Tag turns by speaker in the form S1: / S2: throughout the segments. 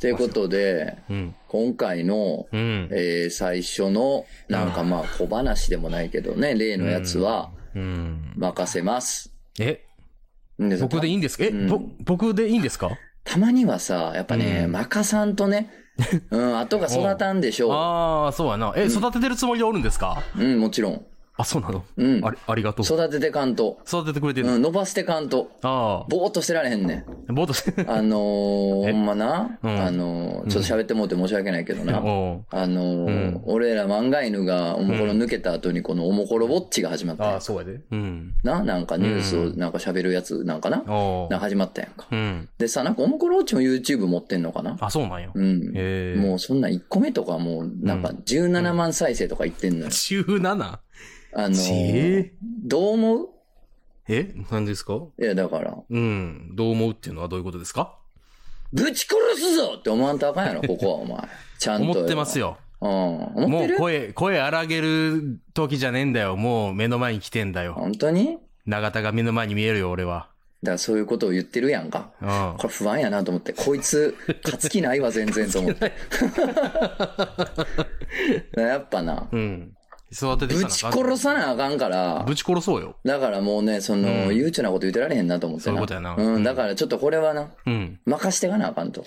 S1: ということで、
S2: うん。
S1: 今回の、
S2: うん。
S1: えー最初の、なんかまあ小話でもないけどね、例のやつは
S2: うん。
S1: 任せます。
S2: え、
S1: で
S2: 僕でいいんですかえ、
S1: うん
S2: ぼ、僕でいいんですか
S1: たたまにはさ、やっぱね、
S2: うん
S1: 任さんと ね、うん、後が育たんでしょ
S2: ああ、そうやな。え、育ててるつもりでおるんですか
S1: う。うん、もちろん。
S2: あ、そうなの
S1: うん
S2: あり、ありがとう。
S1: 育ててかんと。
S2: 育ててくれてる。
S1: うん、伸ばしてかんと。
S2: あ
S1: ぼーっとしてられへんね ん。
S2: あ、ぼーっとして。
S1: あのー、ほんまな、
S2: うん
S1: あのー、ちょっと喋ってもうて申し訳ないけどな。
S2: おう
S1: あのー
S2: うん
S1: 俺ら漫画犬がおもころ抜けた後にこのおもころウォッチが始まった
S2: あ
S1: や
S2: あ、
S1: ん
S2: そうやで。うん。
S1: な、なんかニュースを
S2: うん
S1: なんか喋るやつなんかな、
S2: おう
S1: なんか始まったやんか。
S2: うん。
S1: でさ、なんかおもころウォッチも YouTube 持ってんのかな
S2: あ、そうなんや。
S1: うん。
S2: ええ。
S1: もうそんな1個目とかもうなんか17万再生とか言ってんのよ。
S2: 17?
S1: あのー
S2: え
S1: どう思う
S2: え何ですか
S1: いやだから、
S2: うん。どう思うっていうのはどういうことですか
S1: ぶち殺すぞって思わんとあかん やろ、ここはお前。ちゃんと。
S2: 思ってます。よ。
S1: うん。思っ
S2: も
S1: て
S2: う
S1: る
S2: 声、声荒げる時じゃねえんだよ。もう目の前に来てんだよ。
S1: 本当に
S2: 永田が目の前に見えるよ、俺は。
S1: だからそういうことを言ってるやんか。
S2: うん。
S1: これ不安やなと思って、こいつ、勝つ気ないわ、全然と思って。 やっぱな、
S2: うん。育ててき
S1: ぶ
S2: た
S1: ち殺さなあかんから
S2: ぶ、ち殺そうよ。
S1: だからもうね、その、悠長なこと言ってられへんなと思ってな。、
S2: そういうことやなん
S1: だからちょっとこれはな、
S2: うん。
S1: 任してかなあか んと。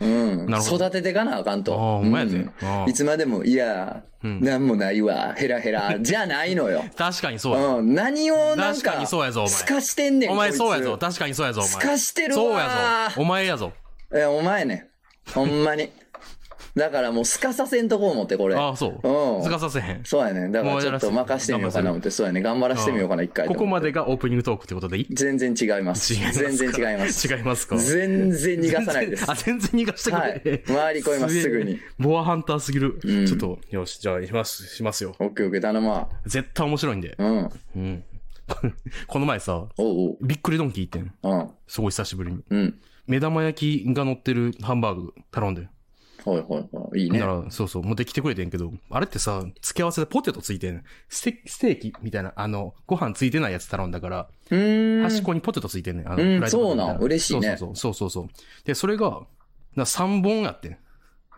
S1: うん。
S2: なるほど
S1: 育ててかなあかん
S2: ああ、
S1: と。
S2: ほんまやで。
S1: うん
S2: あ
S1: いつまでも、いや、
S2: うん
S1: なんもないわ、ヘラヘラ、じゃないのよ。
S2: あ確かにそうや。
S1: うん、何をなんか、
S2: 確かにそうやぞお前
S1: すかしてんねん、
S2: お前
S1: こいつ
S2: そうやぞ。確かにそうやぞ、お前。
S1: すかしてるわ
S2: そうやぞ。お前やぞ。
S1: え、お前ね。ほんまに。だからもうすかさせんとこ思って、これ。
S2: ああ、そうう。
S1: ん
S2: すかさせへん。
S1: そうやね。だからちょっと任してみようかな思って、そうやね。頑張らしてみようかな、一回。
S2: ここま。でがオープニングトークってことでいい
S1: 全然違います。
S2: 違いますか
S1: 全然違います。
S2: 違いますか
S1: 全然逃がさないです。
S2: あ、全然逃がしてく
S1: は
S2: れ
S1: い。。回り込みます、すぐに。。
S2: ボアハンターすぎる。
S1: うん
S2: ちょっと、よし、じゃあ、します、しますよ。
S1: オッケーオッケー、頼むわ。
S2: 絶対面白いんで。
S1: うん。
S2: うん。 この前さ、
S1: おう
S2: びっくりドンキー行ってん。
S1: おう。
S2: すごい久しぶりに。
S1: うん。うん。
S2: 目玉焼きが乗ってるハンバーグ頼んで。
S1: はいはいはい。いい
S2: な
S1: ね。
S2: ら、そうそう、持ってきてくれてんけど、あれってさ、付け合わせでポテトついてん。ステステーキみたいな、あの、ご飯ついてないやつ頼んだから、
S1: うーん。
S2: 端っこにポテトついてんねん。あの
S1: うん
S2: フライドポテトみた
S1: そうなん嬉しいね
S2: そうそうそうそうそう。で、それが、な3本やってん。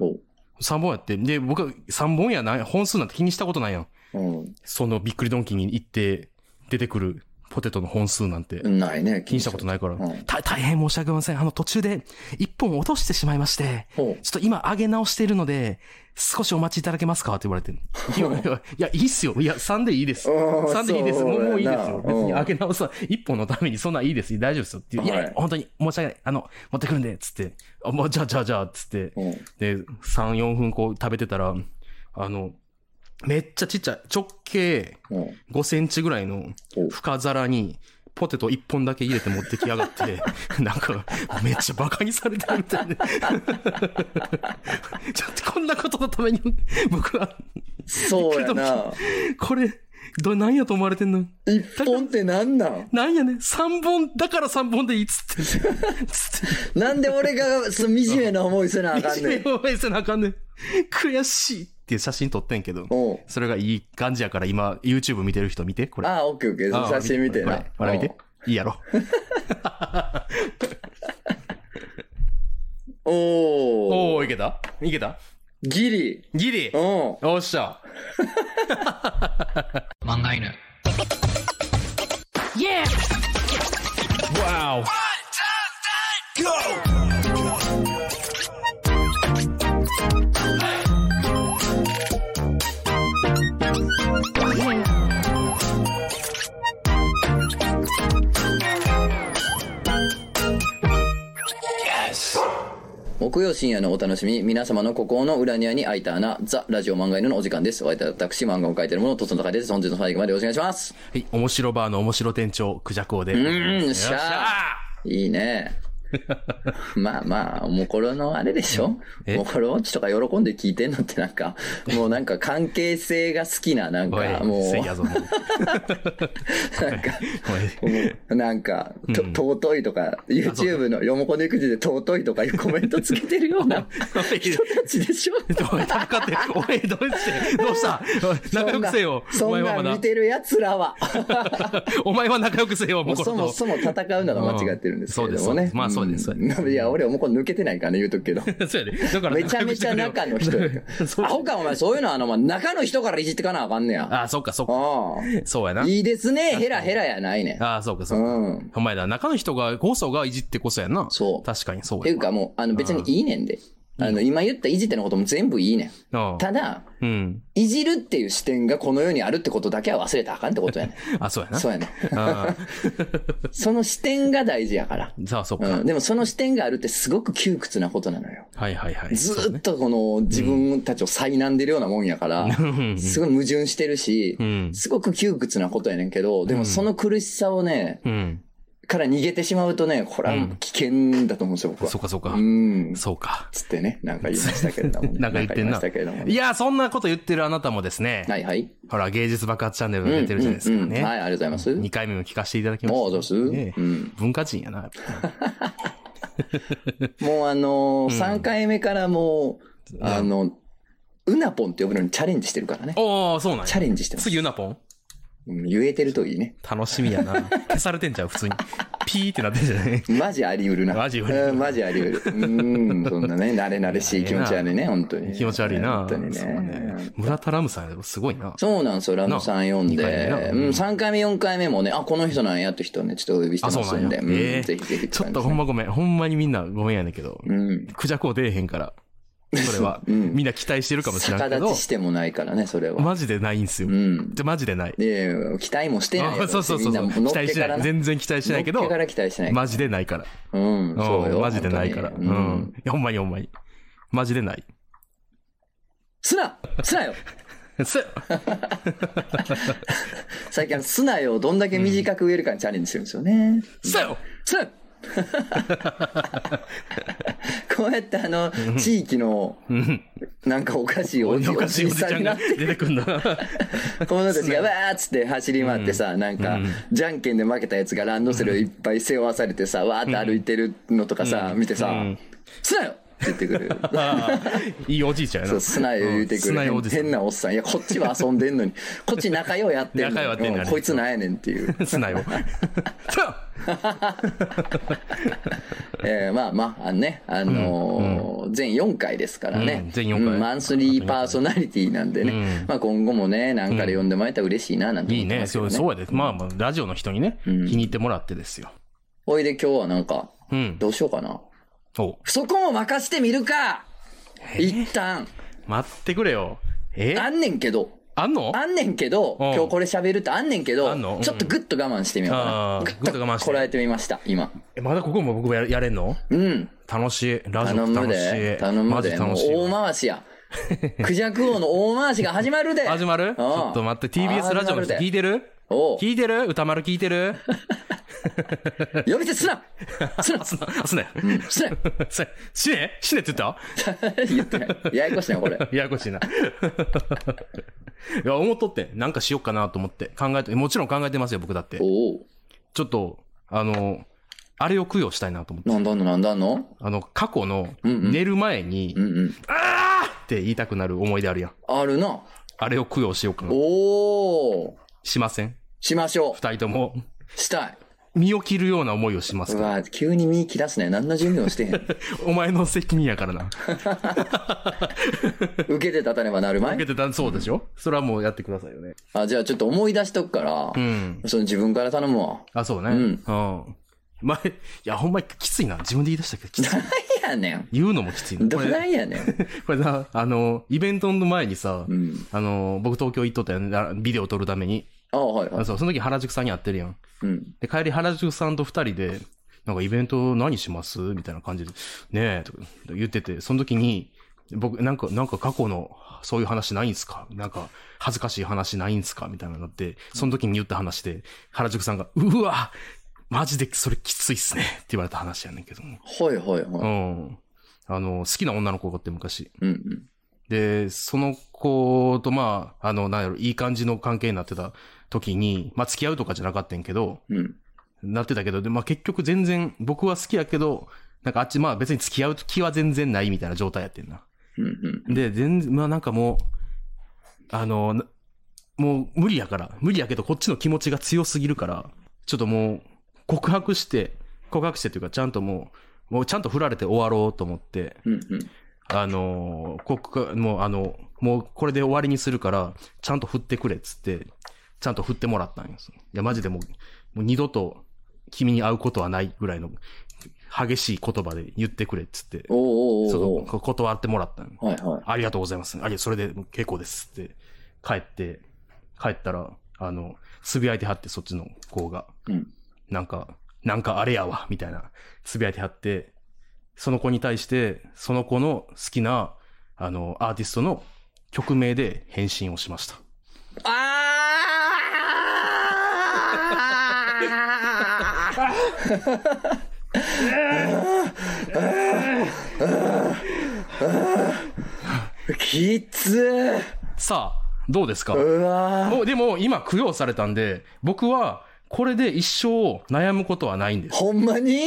S1: おう
S2: 3本やって。で、僕は3本やな、本数なんて気にしたことないやん。
S1: う
S2: そのびっくりドンキーに行って出てくるポテトの本数なんて
S1: ん。ないね。
S2: 気にしたことないから。
S1: うん
S2: た大変申し訳ありません。あの途中で1本落としてしまいまして、ち
S1: ほ
S2: ょ
S1: う
S2: っと今上げ直しているので、少しお待ちいただけますかって言われて。いやいや、いや、いいっすよ。いや、3でいいです。
S1: うん
S2: 3でいいです。もうもういいですよ。別
S1: そう
S2: に
S1: やな
S2: 上げ直さ、1本のためにそんなんいいです。大丈夫ですよ。っていういや、
S1: はい
S2: 本当に申し訳ない。あの、持ってくるんで、つって。あ、もうじゃあじゃあじゃあ、つって。
S1: うん。
S2: で、3、4分こう食べてたら、あの、めっちゃちっちゃい、直径
S1: うん。
S2: 5センチぐらいの
S1: お
S2: 深皿に、ポテト1本だけ入れて持ってきや がって、なんか、めっちゃバカにされてるみたいで。 ちょっとこんなことのために、僕は、
S1: そうやな。
S2: これ、ど、何やと思われてんの
S1: 一本ってなんなん
S2: なんやねん ?3 本、だから3本でいいっつって。つって。
S1: なんで俺がその惨めな思いせなあか んねん。
S2: 一応応援せなあかんねん。悔しいっていう写真撮ってんけど。
S1: おう
S2: それがいい感じやから、今、YouTube 見てる人見て、これ。
S1: ああ、オッケーオッケー。写真見て
S2: こ
S1: な
S2: れ。これ見て。いいやろ。
S1: おお
S2: おー、いけたいけた
S1: ギリ。
S2: ギリ
S1: うん。
S2: おっしゃ。
S1: 漫画犬。
S2: わ
S1: 木曜深夜のお楽しみ、皆様の心の裏庭に開いた穴、ザ・ラジオ漫画犬のお時間です。お相手は私、漫画を描いているもの、とつのたかです。本日の最後までお願いします。
S2: はい、面白バーの面白店長、クジャクオで。う
S1: ーんよっしゃーいいね。 まあまあ、おもころのあれでしょ
S2: え
S1: おもころウォッチとか喜んで聞いてんのってなん か、もうなんか関係性が好きな、なん
S2: おい
S1: か、、もう
S2: せい、やぞ、もう。
S1: なんか、
S2: おい
S1: なんか、と尊いとか、YouTube のよもこの育児で尊いとかいうコメントつけてるような人たちでしょ
S2: えっと、おい、戦って、おい、どうして、どうしたおい仲良くせよ。お
S1: そ
S2: 前
S1: んな
S2: は
S1: そん
S2: ま
S1: なん
S2: だ
S1: 見。てる奴らは。
S2: お前は仲良くせよ、もうこれ
S1: そ
S2: と
S1: もそも戦うなら間違ってるんですけれども
S2: そう
S1: ね
S2: で。す。まあ、
S1: ん
S2: そうね、そうね。
S1: いや、俺はもうこれ抜けてないからね、言うとくけど。
S2: そうやね。だから、
S1: めちゃめちゃ中の人やから
S2: ら。 そう
S1: アホか、お前、そういうのは、あの、まあ中の人からいじってかなあかんねや。
S2: あ、そっか、そっか。
S1: う
S2: そうやな。
S1: ん。いいですね、ヘラヘラやないねん。
S2: ああ、そうか、そううか。
S1: ん。
S2: お前ら、中の人が、こそがいじってこそやんな。
S1: そう
S2: 確かに、そう
S1: ってい
S2: や
S1: うかもう、あの、別にいいねんで。あの、今言ったいじってのことも全部いいねん。
S2: な。
S1: ただ、
S2: うん。うん。
S1: いじるっていう視点がこの世にあるってことだけは忘れたらあかんってことやね
S2: あ、そうや
S1: ん。
S2: な。
S1: そうやねん。
S2: あ
S1: その視点が大事やから。
S2: あ、さあ、そうか。
S1: うん。でもその視点があるってすごく窮屈なことなのよ。
S2: はいはいはい。
S1: ず
S2: そう
S1: ーっ
S2: ね
S1: とこの自分たちを災難でるようなもんやから、
S2: ん
S1: すごい矛盾してるし
S2: う、ん。
S1: すごく窮屈なことやねんけど、でもその苦しさをね、
S2: うん。
S1: から逃げてしまうとね、これはもう危険だと思うんですよ、僕は
S2: そ。うか、そうか
S1: う。ん。
S2: そうか。
S1: つってね、なんか言いましたけれどもね、
S2: なんか言ってん
S1: な
S2: な
S1: んか言いましたけれども
S2: い
S1: ね。
S2: や、そんなこと言ってるあなたもですね。
S1: はいはい。
S2: ほら、芸術爆発チャンネル
S1: うん
S2: 出てるじゃないですか
S1: うんうんはい、
S2: ね。
S1: ありがとうございます
S2: 2。回目も聞かせていただきま
S1: も
S2: し
S1: うどうする
S2: た。ね
S1: うん。
S2: 文化人やな。やっぱ
S1: もうあのー、3回目からもう、あの、うなぽんって呼ぶのにチャレンジしてるからね。
S2: おー、そうなん
S1: チャ
S2: や。
S1: レンジしてます。
S2: 次、ユナポン
S1: うん言えてるといいね。
S2: 楽しみやな。消されてんじゃん、普通に。ピーってなってんじ ゃない
S1: マジあり得るな。
S2: マジあり得る
S1: うんマジあり得る。うん、そんなね、慣れ慣れしい気持ちあるね、本当に。
S2: 気持ち悪いな。
S1: 本当に
S2: そう
S1: ね。
S2: 村田ラムさんやろ、すごいな。
S1: そうなんですよ、ラムさん読ん
S2: な二回目
S1: で
S2: な。
S1: うん、3回目、4回目もね、あ、この人なんやって人をね、ちょっとお呼びして
S2: あ、そ
S1: ま
S2: う
S1: す
S2: なん
S1: ん
S2: や。
S1: で、うん
S2: ええ
S1: ぜひぜひ
S2: ちょっとほんまごめん。ほんまにみんなごめんやねんけど。
S1: うん。
S2: クジャコ出えへんから。それは。
S1: うん
S2: みんな期待してるかもしれん
S1: 逆
S2: け
S1: 立
S2: ど
S1: ち。してもないからね、それは。
S2: マジでないんすよ
S1: う。ん。
S2: で、マジでない。
S1: で、期待もしてないよ。
S2: あそうそうそうそ
S1: みん
S2: う。
S1: な
S2: 期
S1: 乗っ
S2: 待
S1: け
S2: し
S1: から
S2: てない。
S1: な
S2: 全然期待してないけ
S1: 乗っ
S2: ど
S1: けか、ら期待してない。
S2: マジでないから。
S1: うん、そううんよ。
S2: マジでないから。
S1: 本
S2: う
S1: 当に
S2: ん。いやほんまにほんまに。マジでない。
S1: すなすなよ
S2: せ
S1: 最近、あのすなよをどんだけ短く言えるかにチャレンジするんですよね。
S2: せよ
S1: すなこうやってあの、地域の、なんかおかしいおじ
S2: お
S1: お
S2: かし
S1: じ
S2: いお
S1: い
S2: じち
S1: さん
S2: ゃん
S1: にな
S2: が
S1: っ
S2: 出てくんな。
S1: 子供たちがわーっつって走り回ってさ、なんか、じゃんけんで負けたやつがランドセルをいっぱい背負わされてさ、わーって歩いてるのとかさ、見てさ
S2: うん、
S1: すなよって言ってくれ る。
S2: いいおじいちゃんや
S1: そう
S2: な。
S1: 素直に言うてく
S2: うん素直いお
S1: る
S2: じさん
S1: 変なおっさんいやこっちは遊んでんのにこっち仲良うやってん
S2: 仲良
S1: の
S2: うやってんの
S1: に
S2: に
S1: うんこいつなんやねんっていう、
S2: 素直。 せよ
S1: えーまあまああのねあのー全4回ですからね、
S2: うん全四回
S1: うんマンスリーパーソナリティなんでね、まあ、今後もね何かで呼んでもらえたら嬉しいななんて
S2: い
S1: 思
S2: い
S1: って
S2: ね。
S1: ますけ
S2: そ
S1: ど
S2: う、
S1: ね
S2: そうやで。まあまあ、ラジオの人にね、気に入ってもらってですよ。
S1: おいで今日はなんか
S2: うん。
S1: どうしようかな
S2: お
S1: そこも任してみるか一旦
S2: 待ってくれよ。え
S1: あんねんけど
S2: あんの
S1: あんねんけど、
S2: うん
S1: 今日これ喋るってあんねんけど
S2: あんのうん、
S1: ちょっとグッと我慢してみよう
S2: あー
S1: かな。
S2: グッと我慢して
S1: こらえてみました、今。
S2: えまだここも僕ややれんの
S1: うん。
S2: 楽しい。ラジ
S1: 頼
S2: オ
S1: む
S2: 楽し
S1: で
S2: い。。
S1: 頼む
S2: マジ
S1: で。もう
S2: 楽しいわ。
S1: 大回し や。クジャク王の大回しが始まるで。
S2: 始まるちょっと待って、TBS ラジオの人聞い
S1: て。
S2: てる
S1: おう
S2: 聞いてる歌丸聞いてる
S1: 呼び捨てすな すな
S2: あ、すな、あ、すね。
S1: すな
S2: すね。死ね死ねって言っ
S1: 言ってない。ややこしいな、これ。
S2: たややこしいな。い や、思っとってん、なんかしよっかなと思って。考えて、もちろん考えてますよ、僕だって。
S1: おお。
S2: ちょっと、あの、あれを供養したいなと思って。
S1: なんだあんのなんだあんの
S2: あの、過去の、
S1: んうん
S2: 寝る前に、
S1: うんうん。
S2: あーって言いたくなる思い出あるやん。
S1: あるな。
S2: あれを供養しようかな。
S1: おお。
S2: しません
S1: しましょ
S2: 二人とも、
S1: う。したい。
S2: 身を切るような思いをします
S1: う
S2: から。
S1: わ、急に身切らすね。何の準備も してへん。
S2: お前の責任やからな。
S1: 受けて立たねばなるまい
S2: 受け。てた、そうでしょそれはもうやってくださいよね。
S1: あ、じゃあちょっと思い出しとくから、
S2: うん。
S1: その自分から頼むわ。
S2: あ、そうね。
S1: うん
S2: うん。前、いや、ほんまにきついな。自分で言い出したけど、きつい。
S1: なんやねん。
S2: 言うのもきついな。
S1: ど
S2: これ、
S1: ないやねん。
S2: これな、あの、イベントの前にさ、
S1: うん。
S2: あの、僕東京行っとったやんな。ビデオ撮るために。
S1: あ、はいは
S2: あ
S1: い。
S2: そう、その時原宿さんに会ってるやん。
S1: うん。
S2: で、帰り原宿さんと二人で、なんかイベント何しますみたいな感じで、ねえ、とか言ってて、その時に、僕、なんか、なんか過去の、そういう話ないんすかなんか、恥ずかしい話ないんすかみたいなのって、その時に言った話で、原宿さんが、うわマジでそれきついっすねって言われた話やねんけども。
S1: はいはいは
S2: う
S1: い。
S2: ん。あの、好きな女の子がおって昔。
S1: うんうん。
S2: で、その子と、まあ、あの、なんやろ、いい感じの関係になってた時に、まあ、付き合うとかじゃなかったんやけど、
S1: うん。
S2: なってたけど、で、まあ結局全然、僕は好きやけど、なんかあっち、まあ別に付き合う気は全然ないみたいな状態やってんな。
S1: うんうん。
S2: で、全然、まあなんかもう、あの、なもう無理やから、無理やけどこっちの気持ちが強すぎるから、ちょっともう告白して、告白してというかちゃんともう、もうちゃんと振られて終わろうと思って、
S1: うんうん。
S2: あのー、ここか、もうあの、もうこれで終わりにするから、ちゃんと振ってくれっつって、ちゃんと振ってもらったんです。いや、マジでもう、もう二度と君に会うことはないぐらいの激しい言葉で言ってくれっつって、
S1: おうおう
S2: そ
S1: おうお
S2: のこ断ってもらったん
S1: う。はいはい。
S2: ありがとうございます。ありがそれでもう結構ですって、帰って、帰ったら、あの、つぶやいてはって、そっちの子が。
S1: うん
S2: なんか、なんかあれやわ、みたいな、つぶやいてはって、その子に対して、その子の好きな、あの、アーティストの曲名で返信をしました。
S1: あーきつー
S2: さあ、どうですか
S1: うわー
S2: もうでも、今、供養されたんで、僕は、これで一生悩むことはないんです。
S1: ほんまに
S2: え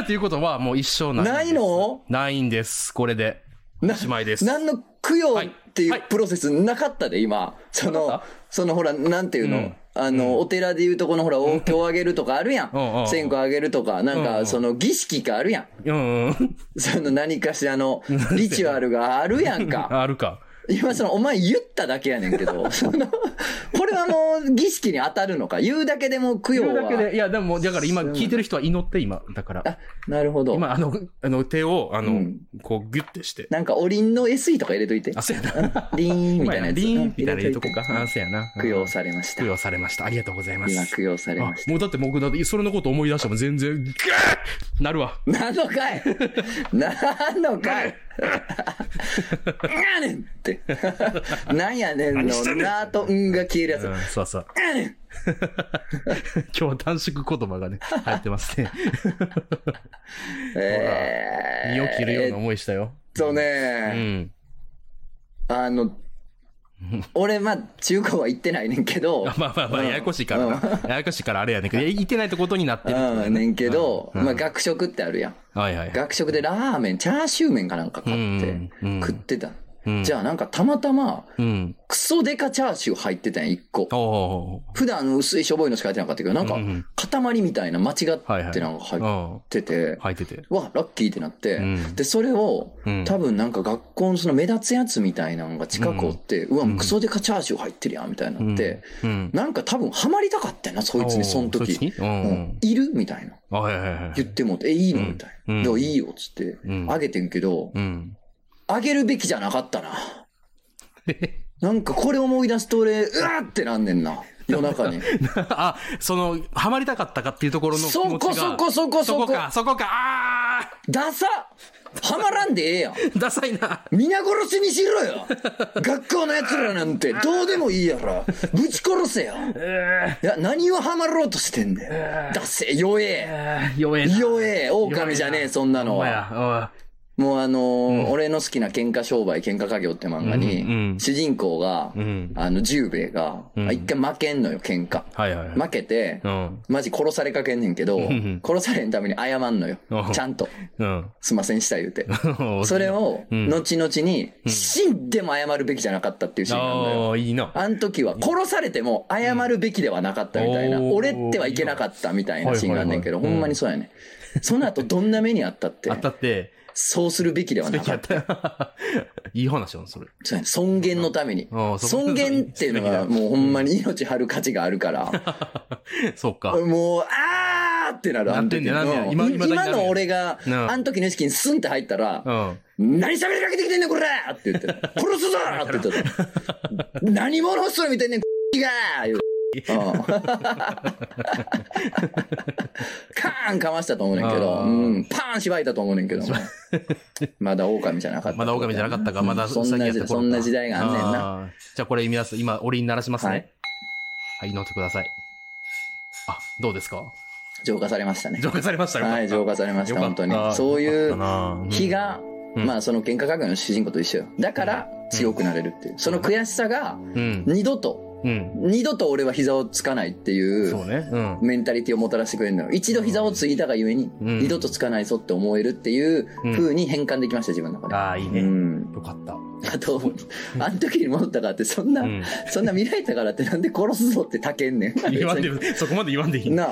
S2: ーっていうことは、もう一生ないんです。
S1: ないの
S2: ないんです。これで。
S1: な
S2: おしまいです。
S1: 何の供養ってい
S2: はいう
S1: プロセスなかったで、今。そ
S2: な
S1: の
S2: かっ、
S1: そのほら、なんていうの、
S2: うん
S1: あの、お寺でいうとこのほら、お経をあげるとかあるや
S2: うんうんうん
S1: ん。線香あげるとか、なん
S2: うんうん
S1: か、その儀式があるやん。
S2: うんうん。
S1: その何かしらのリチュアルがあるやん か。
S2: あるか。
S1: 今そのお前言っただけやねんけ ど、その、これはもう儀式に当たるのか。言うだけでも供
S2: それ
S1: 養
S2: だけ
S1: は。
S2: で、いや、でも、だから今、
S1: そう
S2: 聞いてる人は祈って、今。だから。
S1: あ、なるほど。
S2: 今、あの、あの、手を、あの、
S1: うん
S2: こう、ギュッてして。
S1: なんかおりんの SE とか入れといて。
S2: あ、そうやな。
S1: リーンみ
S2: 今
S1: たいな
S2: やな
S1: やつ。
S2: リーンみたいな
S1: 入
S2: 入
S1: れ
S2: れとこうか。あ、
S1: いて
S2: そうやな。
S1: 供養されました
S2: 供。養されました。ありがとうございます。
S1: 今供養されまし
S2: あもうだって僕、だって、それのこと思い出しても全然、 ガーッなるわ。
S1: た。なんのかいなんのか いなんやねんって。なんやねんの、な
S2: 何してんねん
S1: ーとんが消えるやつ
S2: う。ん、そうそう。 今日は短縮言葉がね、入ってます ね。
S1: えー
S2: 身を切るような
S1: えっ
S2: 思いしたよ。
S1: と
S2: う
S1: ね、
S2: ん。
S1: あの、俺、まあ、中高は行ってないねんけど、
S2: あまあまあまあ、
S1: うん
S2: ややこしいからな。ややこしいからあれやねんけど、いや言ってないってことになってるってこと
S1: う
S2: や
S1: ん、
S2: な。
S1: ねんけど、
S2: うん
S1: まあ、学食ってあるやん。
S2: はいはい。
S1: 学食でラーメン、チャーシュー麺かなんか買って
S2: うん、うん
S1: 食ってた。
S2: うん
S1: じゃあ、なんかたまたま、
S2: うん。
S1: クソデカチャーシュー入ってたやん、一個。
S2: おお
S1: 普段あの薄いしょぼいのしか入ってなかったけど、なんか
S2: うんうん、
S1: 塊みたいな間違ってなんか
S2: はいはい。
S1: 入っ
S2: 入
S1: てて、
S2: 入ってて。
S1: わ、ラッキーってなって
S2: うん、
S1: で、それを
S2: うん、
S1: 多分なんか学校のその目立つやつみたいなのが近くおって、うわ、もうクソデカチャーシュー入ってるやん、みたいになって、
S2: うん。
S1: なんか多分ハマりたかったよな、そいつに、その
S2: おーそい
S1: 時。
S2: つにう
S1: うん
S2: ん。
S1: いるみたいな。
S2: あはいはいはい。
S1: 言ってもうて、え、いいの
S2: うん
S1: みたい
S2: うん
S1: な。でもいいよ、つって
S2: う。ん
S1: あげてんけど、
S2: うん。
S1: あげるべきじゃなかったな。なんかこれ思い出すと俺、うわーってなんねんな。夜中に。
S2: あ、その、ハマりたかったかっていうところの気
S1: そ
S2: 持ち
S1: こ
S2: が。
S1: そこそこそ
S2: そこ
S1: こ。
S2: か、そこか、ああ
S1: ダサハマらんでええやん。
S2: ー ダサいな。
S1: 皆殺しにしろよ学校の奴らなんてどうでもいいやろぶち殺せよ
S2: え
S1: いや、何をハマろうとしてんねん。ダセえ、弱え
S2: ー弱えな。
S1: 弱え狼じゃねえ、そんなの
S2: ほんま
S1: は。
S2: や。
S1: もうあのー俺の好きな喧嘩商売、喧嘩家業って漫画
S2: うんうんう
S1: に
S2: ん、
S1: 主人公が
S2: ん、
S1: あの、十兵衛が、
S2: ん
S1: あ一回負けんのよ、喧嘩。
S2: おいはいはいはい。
S1: 負けて
S2: う、ん。
S1: マジ殺されかけんねんけど
S2: ん、
S1: 殺されんために謝んのよ
S2: うん。
S1: ちゃんと。
S2: うん。
S1: すいませんした言うて。それを、
S2: うん
S1: 後々に、死んでも謝るべきじゃなかったっていうシーンなんだよ。
S2: ああ、いいな。
S1: あの時は、殺されても謝るべきではなかったみたいな、
S2: うん
S1: 俺ってはいけなかったみたいなシーンがあんねんけど、
S2: はいはいはい
S1: ほんまにそうやね。その後、どんな目にあったって
S2: 当、たって、
S1: そうするべきではなか
S2: や
S1: っ。
S2: ったた。 いい話やん、それ。
S1: そうやね尊厳のために。
S2: ああそこ
S1: 尊厳っていうのは、もうほんまに命張る価値があるから、
S2: そうか。
S1: もう、あーってなる、あの時
S2: なってんねんな
S1: の。
S2: んねん今
S1: 今
S2: 今だになる
S1: の俺が、
S2: うん
S1: あの時の意識にスンって入ったら
S2: う、ん。
S1: 何喋りかけてきてんねん、これって言って、殺すぞって言ってた。 何者っすよ見てんねん、きが言うてうんカーンかましたと思うねんけど、
S2: あー
S1: うん、パーンしばいたと思うねん けど、まだ狼じゃなかった。
S2: まだ狼じゃなかったか、まだ
S1: そんな
S2: やっ
S1: 時
S2: た
S1: そ
S2: 頃
S1: ん
S2: か
S1: な時代があんねんな。
S2: あーじゃあこれ皆さん、今、折に鳴らします
S1: は
S2: ね
S1: い。
S2: はい、祈ってください。あ、どうですか
S1: 浄化されましたね。
S2: 浄化されましたよ。
S1: はい、浄化されまし
S2: よ
S1: た、
S2: かっ
S1: 本当に
S2: あー。
S1: そうい
S2: よかったな
S1: う日が、
S2: うん
S1: まあその喧嘩覚悟の主人公と一緒よ。だから強くなれるっていう。その悔しさが、
S2: うん。
S1: 二度と、
S2: うん。
S1: 二度と俺は膝をつかないってい
S2: そう
S1: う
S2: ね。うん。
S1: メンタリティをもたらしてくれるのよ。一度膝をついたがゆえに、
S2: うん
S1: 二度とつかないぞって思えるっていう風に変換できました、自分の中で。
S2: ああ、いいね。
S1: うん。
S2: よかった。
S1: あと、あの時に戻ったからって、そんな、
S2: うん
S1: そんな見られたからってなんで殺すぞってたけんねん。
S2: 言わんで、そこまで言わんでいい。
S1: なあ、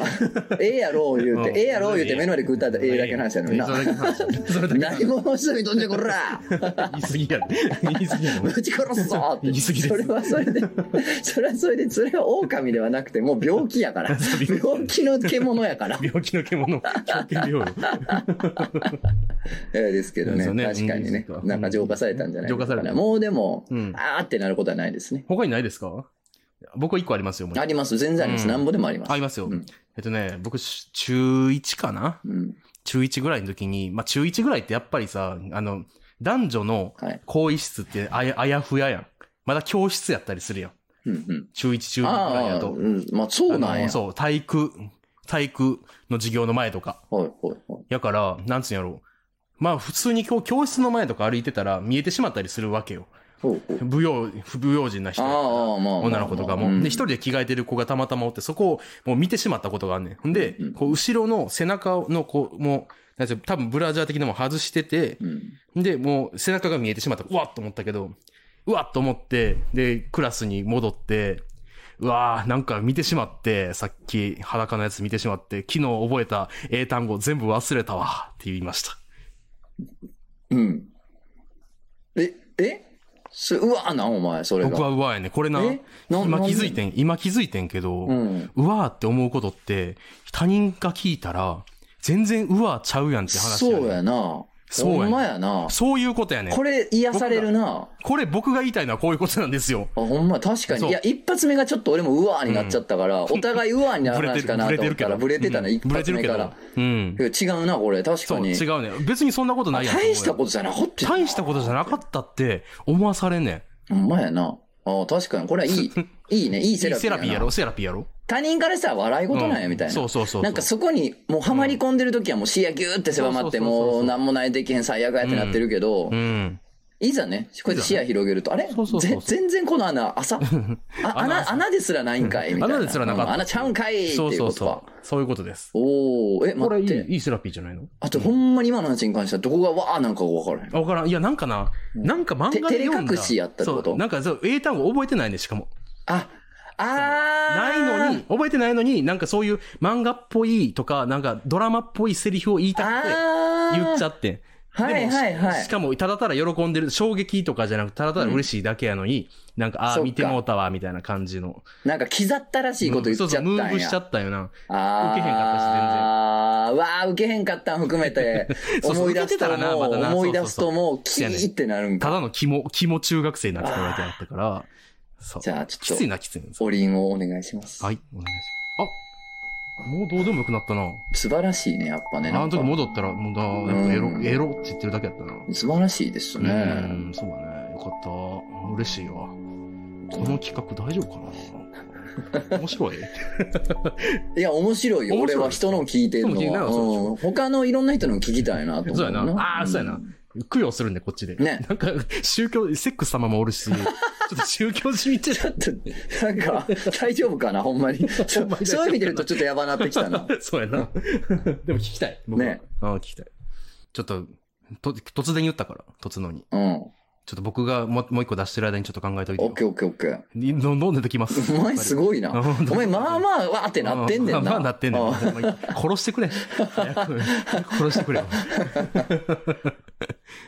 S1: ええやろう言う
S2: うん
S1: て、ええやろう言うて目の前で食うたらええだけの話やのにな
S2: そ。れだけの話やそれだけの話
S1: 何者すみとんじゃこら
S2: 言い過ぎや ね。言い過ぎやね。
S1: ぶち殺すぞって。
S2: 言い過ぎです
S1: それはそれで、それはそれで、それは狼ではなくて、もう病気やから。病気の獣やから。
S2: 病気の獣、狂犬病よ。
S1: ええですけどね。
S2: そうです
S1: 確
S2: よね
S1: かにね
S2: うん。
S1: なんか浄化されたんじゃないですか
S2: 浄化された
S1: もうでも、
S2: うん
S1: あーってなることはないですね。
S2: 他にないですか僕は一個ありますよ、もう
S1: あります。全然あります。
S2: うん
S1: なんぼでもあります。
S2: ありますよ。
S1: うん
S2: えっとね、僕、し中1かな
S1: うん。
S2: 中1ぐらいの時に、まあ中1ぐらいってやっぱりさ、あの、男女の
S1: はい。
S2: 更衣室ってあやあやふややん。まだ教室やったりするやん。
S1: うんうん。
S2: 中1、中2ぐらい
S1: あ
S2: や
S1: あ、
S2: と
S1: う。ん。まあ、そうなん
S2: あの
S1: や。
S2: そう、体育、体育の授業の前とか。
S1: はいはいはい。
S2: やから、なんつうんやろう。まあ普通に今日教室の前とか歩いてたら見えてしまったりするわけよ。
S1: ほうほう
S2: 不用、不不用心な人
S1: あ
S2: やから
S1: あああ、まあ。
S2: 女の子とかも。
S1: まあ
S2: で、一人で着替えてる子がたまたまおって、そこをもう見てしまったことがあんねん。ほんで
S1: うん、
S2: こう、後ろの背中の子も、なんていうの多分ブラジャー的なもん外してて、
S1: うん。
S2: で、もう背中が見えてしまった。うわっと思ったけど、うわっと思って、で、クラスに戻って、うわーなんか見てしまって、さっき裸のやつ見てしまって、昨日覚えた英単語全部忘れたわ、って言いました。
S1: うん。え、えすうわなん、お前、それが。
S2: 僕はうわやね。これな、
S1: えな
S2: 今
S1: なん
S2: 気
S1: で
S2: づいてん、今気づいてんけど、
S1: うん。
S2: うわーって思うことって、他人が聞いたら、全然うわーちゃうやんって話
S1: そうや
S2: ね。
S1: な。
S2: そうやね
S1: ほんまやな。
S2: そういうことやねん。
S1: これ、癒されるな。
S2: これ僕が言いたいのはこういうことなんですよ。
S1: あほんま、確か
S2: そ
S1: に。
S2: う
S1: いや、一発目がちょっと俺もうわーになっちゃったから、お互いうわーになる話かなと思ったら、ブレてたね、一
S2: ブレ
S1: 発
S2: てる
S1: 目
S2: け
S1: か
S2: ど
S1: ら。。
S2: うん。
S1: いや違うな、これ。確
S2: そ
S1: か
S2: う、
S1: に。
S2: 違うね。別にそんなことないやん。
S1: 大したことじゃなかったよな
S2: 大したことじゃなかったって思わされんねん。
S1: ほんまやな。あ確かに。これはいい。 いいね。いいセラピー
S2: セ
S1: や
S2: ラ
S1: な。
S2: ピーやろセラピーやろ
S1: 他人からしたら笑い事なんや、みたいな。
S2: そうそうそう。
S1: なんかそこに、もうはまり込んでる時はもう視野ぎゅーって狭まって、
S2: そうそうそうそう
S1: もう何もないできへん最悪やってなってるけど
S2: う。、ん。
S1: いざね、こうやって視野広げると、あれ
S2: そうそうそ
S1: ぜ
S2: う
S1: 全然この穴、浅 あ穴、穴ですらないんかいみたいな。
S2: 穴ですらなかった
S1: うん穴ちゃうんかいって
S2: そう
S1: いう
S2: そう
S1: こ
S2: そ
S1: と
S2: う
S1: は。。
S2: そういうことです。
S1: おおえ、
S2: これ
S1: 待
S2: い
S1: って。
S2: い、いいセラピーじゃないの
S1: あと、ほんまに今の話に関しては、どこがわーなんかが分からへん。
S2: あわからん。いや、なんかな、なんか漫画で
S1: て
S2: 読んだ。
S1: 照れ隠しやったってこと
S2: そうなんかそう、英単語覚えてないね、しかも。
S1: あ、あ
S2: ない
S1: ー
S2: のに、覚えてないのに、なんかそういう漫画っぽいとか、なんかドラマっぽいセリフを言いたくて、
S1: あー
S2: 言っちゃって。
S1: はいはい
S2: でも
S1: は
S2: し
S1: い
S2: し。かも、ただただ喜んでる、衝撃とかじゃなく、ただただ嬉しいだけやのに、なんか、
S1: そ
S2: あ
S1: っ
S2: あ、
S1: か
S2: 見てもうたわ、みたいな感じの。
S1: なんか、刻ったらしいこと言っちゃったんや。
S2: そうそう、ムーブしちゃったよな。
S1: あー
S2: 受けへんかったし全然、
S1: あーわー、受けへんかったん含め て
S2: そうそう
S1: 思い出すと
S2: 受けてたらな
S1: も
S2: ま
S1: う、
S2: だな
S1: 思い出すともう、
S2: そう
S1: キ
S2: そうそう
S1: ーってなるん
S2: た
S1: か。
S2: だの肝、肝中学生になってもらいたいなったから、そう。
S1: じゃあ、ち
S2: き
S1: ょっ
S2: つい
S1: と、
S2: な、きついな。
S1: おりんをお願いします。
S2: はい、お願いします。あもうどうでもよくなったな。
S1: 素晴らしいね、やっぱね。
S2: あ
S1: な
S2: の
S1: んか
S2: 時戻ったら、もうな、やっぱエロ
S1: う、ん
S2: エロって言ってるだけやったな。う
S1: 素晴らしいですね。
S2: ん、そうだね。よかった。嬉しいわ。この企画大丈夫かな 面白い
S1: いや、面白いよ。
S2: 面
S1: 俺
S2: 白い
S1: は人の聞いてる
S2: 人の聞いてる
S1: の
S2: の
S1: は。
S2: はそうでしょ
S1: うん他のいろんな人の聞きたいなと思う。
S2: そうやな。ああ、そうやな。供養するんで、こっちで。
S1: ね
S2: なんか、宗教、セックス様もお るし、ちょっと宗教じみて
S1: ちょっと、 なんか、大丈夫かな、ほんまに。そ
S2: ほんまに大丈夫かな
S1: そういう意味で言うと、ちょっとやばなってきたな。
S2: る。 そうやな。でも聞きたい。僕は
S1: ね。
S2: ああ、聞きたい。ちょっと、と、突然言ったから、突のに。
S1: うん。
S2: ちょっと僕がもうもう一個出してる間にちょっと考えといて
S1: オ
S2: よ
S1: ッ。ケーオッケーオッケー。
S2: 飲んでときます。
S1: お前すごいな。
S2: うん
S1: お前まあまあわーってなってんねんな。
S2: まあまあなってんねん。
S1: う
S2: ほんまに殺してくれ。早く殺し てくれよ。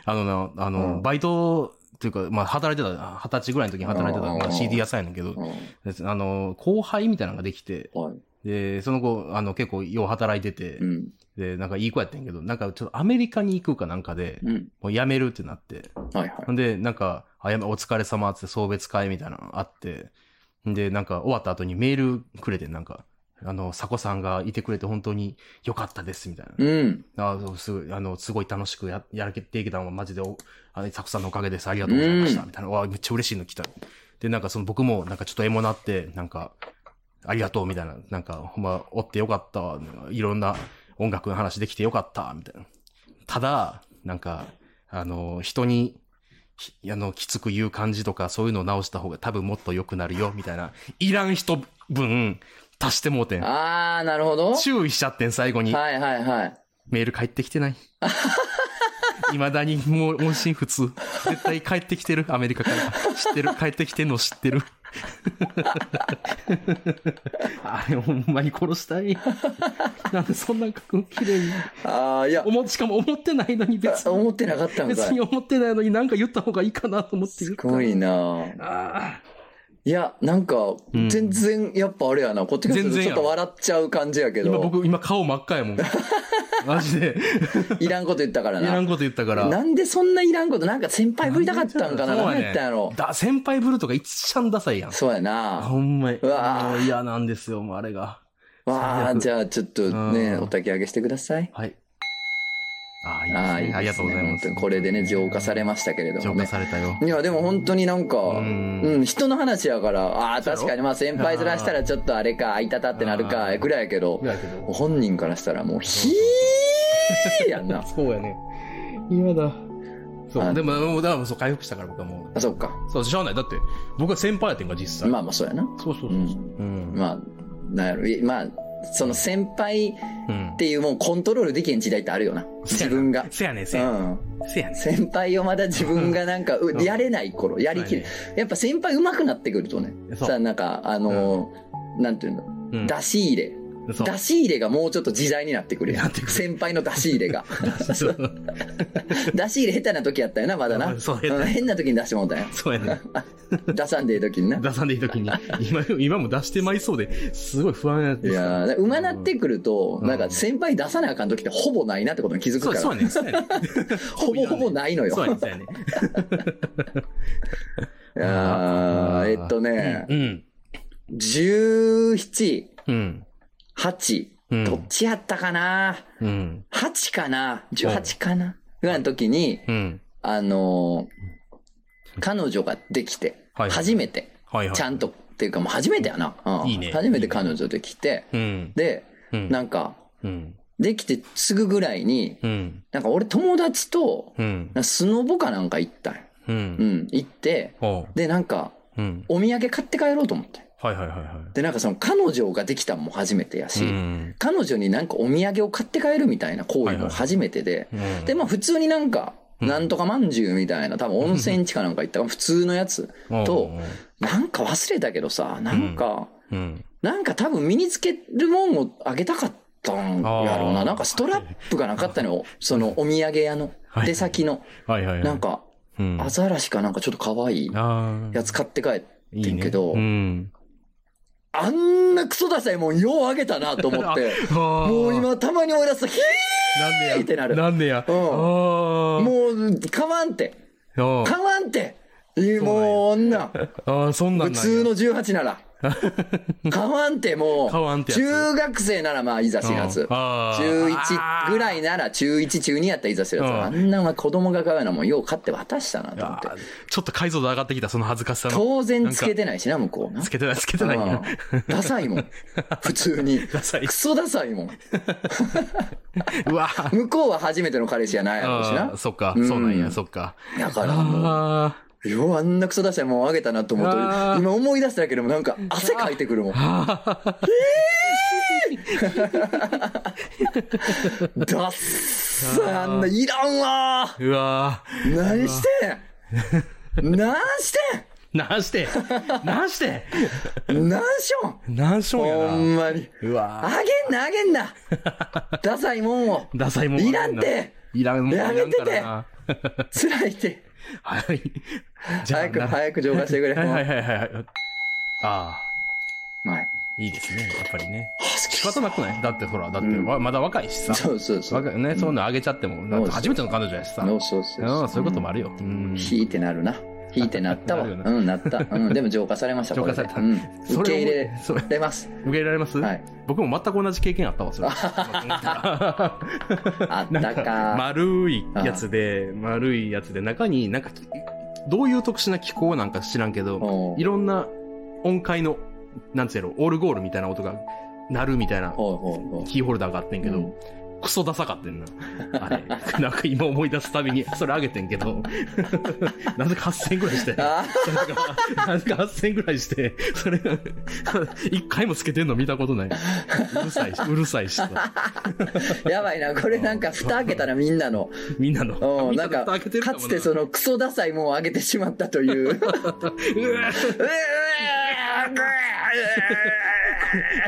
S2: あのな、あの、
S1: うん
S2: バイト、っていうか、まあ、働いてた、二十歳ぐらいの時に働いてた、
S1: うん
S2: まあ CD 屋さんやねんけど、
S1: うん
S2: あの、後輩みたいなのができて、
S1: はい。
S2: で、その子、あの、結構よう働いてて
S1: う、ん。
S2: で、なんかいい子やってんけど、なんかちょっとアメリカに行くかなんかで、
S1: うん。
S2: もう辞めるってなって、
S1: はいはい。
S2: ほんで、なんか、あ、やめ、お疲れ様っつって送別会みたいなのあって、んで、なんか終わった後にメールくれてん、なんか、あの、佐古さんがいてくれて本当に良かったです、みたいな。
S1: うん。
S2: あそうすごい、あの、すごい楽しくや、やらけていけたのはマジでお、あの、佐古さんのおかげです、ありがとうございました、
S1: うん
S2: みたいな。わ、めっちゃ嬉しいの来た。で、なんかその僕も、なんかちょっとエモなって、なんか、ありがとう、みたいな。なんか、ほんま、おってよかったわ。いろんな音楽の話できてよかった、みたいな。ただ、なんか、あの、人に、ひあの、きつく言う感じとか、そういうのを直した方が多分もっと良くなるよ、みたいな。いらん人分、足してもうてん。
S1: あー、なるほど。は
S2: 注意しちゃってん、最後に
S1: い。はいはい。
S2: メール返ってきてない。いまだにもう音信不通。絶対帰ってきてる、アメリカから。知ってる、帰ってきてんの知ってる。 あれ、ほんまに殺したい。なんでそんな書くん綺麗に。
S1: ああ、いや、
S2: 思っしかも思ってないのに別
S1: あ
S2: に。
S1: 思って なかったん
S2: 別
S1: か
S2: に
S1: い。
S2: 思ってないのになんか言った方がいいかなと思って
S1: す
S2: る。
S1: ごいな
S2: ああ。
S1: いや、なんか、
S2: ん
S1: 全然、やっぱあれやな、こっちからすると
S2: 全然
S1: ちょ
S2: や
S1: っ
S2: ろ
S1: と笑っちゃう感じやけ
S2: 今
S1: ど、
S2: 僕、今顔真っ赤やもん。マジで。
S1: いらんこと言ったから
S2: いら
S1: な。
S2: んこと言ったから。
S1: なんでそんないらんこと、なんか先輩振りたかったんかな、
S2: そう
S1: 何やったんやろ。
S2: だ先輩ブルとか一番ダサいやん。
S1: そうやな。
S2: ほんまに。
S1: うわー
S2: もう嫌なんですよ、もうあれが。
S1: わあ、じゃあちょっとね、
S2: うん
S1: お焚き上げしてください。
S2: はい。ああ、いいです
S1: あ
S2: ね
S1: あ、いいですね。
S2: ありがとうございま
S1: 本
S2: す。
S1: 当にこれでね、浄化されましたけれど
S2: 浄
S1: も
S2: 化
S1: ね。
S2: されたよ。
S1: いや、でも本当になんか、
S2: う
S1: うんん、人の話やから、ああー、確かに、まあ先輩ずらしたらちょっとあれか、あいたたってなる
S2: あ
S1: か、
S2: ー
S1: ぐらいやけど
S2: ぐらいやけど、。
S1: 本人からしたらもう、ひーやんな
S2: そうやね。今だ。そ
S1: あ
S2: う、でも、もうだからそう、回復したから僕はも
S1: あ、そっか。
S2: う。そう、しゃあない。だって、僕は先輩やってんから、実際。
S1: まあまあ、そうやな。
S2: そうそう
S1: う
S2: そうそう。
S1: ん。
S2: うん。
S1: まあ、なんやろ、いまあ、その先輩っ
S2: うん。
S1: ていうもうコントロールできへん時代ってあるよな。自分が。
S2: せやね、せ
S1: う
S2: やね。
S1: ん。
S2: せやね。
S1: 先輩をまだ自分がなんか、 うやれない頃、やりきる。やっぱ先輩上手くなってくるとね、
S2: そう
S1: さあなんか、あのーなんていうの、
S2: うん
S1: 出し入れ。
S2: そう
S1: 出し入れがもうちょっと自在になってくるや
S2: なんってくる
S1: 先輩の出し入れ が。
S2: そう。
S1: 出し入れ下手な時やったよな、まだ
S2: う
S1: な。
S2: ん そう
S1: うん変な時に出してもうたんや。
S2: そうやね。
S1: 出さんでええ時にな。
S2: 出さんでいい時に、今、今も出してまいそうで、すごい不安やっ
S1: い
S2: て
S1: やー馬なってくると、
S2: うん
S1: なんか先輩出さなあかん時ってほぼないなってことに気づく
S2: そう
S1: か
S2: そう
S1: ら、
S2: やね。そうやね。
S1: ほぼほぼないのよ。
S2: そうやね。そうやね。
S1: いやーえっとね、
S2: うん。
S1: 17、
S2: うん。
S1: 8、
S2: うん
S1: どっちやったかな
S2: うん。
S1: 8かな ?18 かなぐらいの時に、
S2: うん。
S1: あのー彼女ができて、
S2: はい
S1: 初めて、
S2: はいはい。
S1: ちゃんと、っていうかもう初めてやな。うん
S2: いいね
S1: 初めて彼女できて、
S2: うん。
S1: で、
S2: うん。
S1: なんか、
S2: うん。
S1: できてすぐぐらいに、
S2: うん。
S1: なんか俺友達と、
S2: うん。
S1: なんかスノボかなんか行ったんよ
S2: う。
S1: うんん、行って、
S2: おう。
S1: で、なんか、
S2: うん。
S1: お土産買って帰ろうと思って。
S2: はいはいはいはい。
S1: で、なんかその彼女ができたんも初めてやし、
S2: うん。
S1: 彼女になんかお土産を買って帰るみたいな行為
S2: はいは
S1: も
S2: い
S1: 初めてで、
S2: うん
S1: で、まあ普通になんか、
S2: うん
S1: なんとかまんじゅうみたいな、多分温泉地かなんか行っ たか普通のやつ。と
S2: おう、
S1: なんか忘れたけどさ、なんか、
S2: うん。
S1: なんか多分身につけるもんをあげたかったんやろう
S2: あー
S1: な。なんかストラップがなかったのよ。そのお土産屋の
S2: はい
S1: 出先の。
S2: はいはいはい。
S1: なん、か、
S2: うん。
S1: アザラシかなんかちょっと可愛い
S2: ああ。
S1: やつ買って帰っ
S2: い
S1: て
S2: い
S1: ん
S2: ね
S1: けど
S2: う、ん。
S1: あんなクソダサいもんようあげたなと思 って、も
S2: も
S1: う、今たまに思い出すと、ひ
S2: なんでや。
S1: ーってなる
S2: なんでや。
S1: うん
S2: ああ。
S1: もう、かわんって、
S2: うん
S1: かわんって、もう、女、
S2: ああ、そんな
S1: 普
S2: んなんや
S1: 通の18な ら、かわんってもう、
S2: かわんってやつ
S1: 中学生ならまあ、いざしやつ
S2: うん。ああ
S1: 中1ぐらいなら中1中2やったらいざしやつ
S2: うん
S1: あんなのは子供が買うようなもんよう買って渡したなと思って
S2: あーちょっと解像度上がってきた、その恥ずかしさの。
S1: 当然つけてないしな向こうな
S2: つけてない、つけてない。
S1: うんダサいもん普通に
S2: ダサい
S1: クソダサいもん
S2: うわ
S1: 向こうは初めての彼氏やないやろうし
S2: あー
S1: な
S2: そっか
S1: う、ん
S2: そうなんや、そっか。
S1: だからも
S2: あ
S1: うようあんなクソダサいもんあげたなと思うと
S2: あー
S1: 今思い出しただけでもなんか汗かいてくるもんダッサいあんないらんわー
S2: ーうわ
S1: 何してん何して
S2: ーなんしてなんして
S1: ん何しょん
S2: なんしょん
S1: ほ
S2: や
S1: んまに。
S2: な。うわ
S1: あげんな、あげんな。ダサいもんを
S2: ー。ダサいもん。
S1: いらんて。
S2: いらんもん。
S1: やめてて
S2: いらんからな
S1: 辛いって。
S2: はい。じ
S1: 早く、
S2: なは
S1: 早く浄化してくれ。
S2: いはいはい
S1: は
S2: はいはい。あ
S1: い。
S2: あ、いいですね、やっぱりね。
S1: あ好き
S2: 仕方なくないだってほら、だって
S1: うん
S2: わまだ若いしさ。
S1: そうそうそう。
S2: 若いね、そういうのあげちゃっても、だって初めての彼女やしさ。
S1: そうそう
S2: う
S1: そ
S2: ん、
S1: う。
S2: そういうこともあるよ。うん。
S1: ひいてなるな。ひいてなったわ。
S2: なるよな
S1: うん、なった。うん、 でも浄化されました、
S2: 浄化
S1: これで
S2: され
S1: う
S2: た
S1: ん。
S2: それを
S1: 受け入れ
S2: それ
S1: れ ます。
S2: 受け入れられます、
S1: はい
S2: 僕も全く同じ経験あったわ、それ。
S1: あっ
S2: な
S1: た
S2: んか、
S1: か。
S2: 丸いやつで、丸いやつで、中になんか、どういう特殊な気候なんか知らんけど
S1: お、う
S2: いろんな音階の、なんつうやろ、オールゴールみたいな音が鳴るみたいな
S1: ほうほうほう。
S2: キーホルダーがあってんけど、
S1: うん
S2: クソダサかってんな。あれ。 なんか今思い出すたびに、それあげてんけど、 なぜか8000円ぐらいして。
S1: あ
S2: なんか、なんか8000円ぐらいして、それ、一回もつけてんの見たことない。うるさいし、うるさいしと。
S1: ーやばいな。これなんか蓋開けたらみんなの。
S2: みんなの。
S1: うん。
S2: み
S1: なんか、
S2: 蓋開けてる
S1: か
S2: も
S1: つてそのクソダサいもんをあげてしまったと いう。うえー
S2: うわ
S1: うえーうえ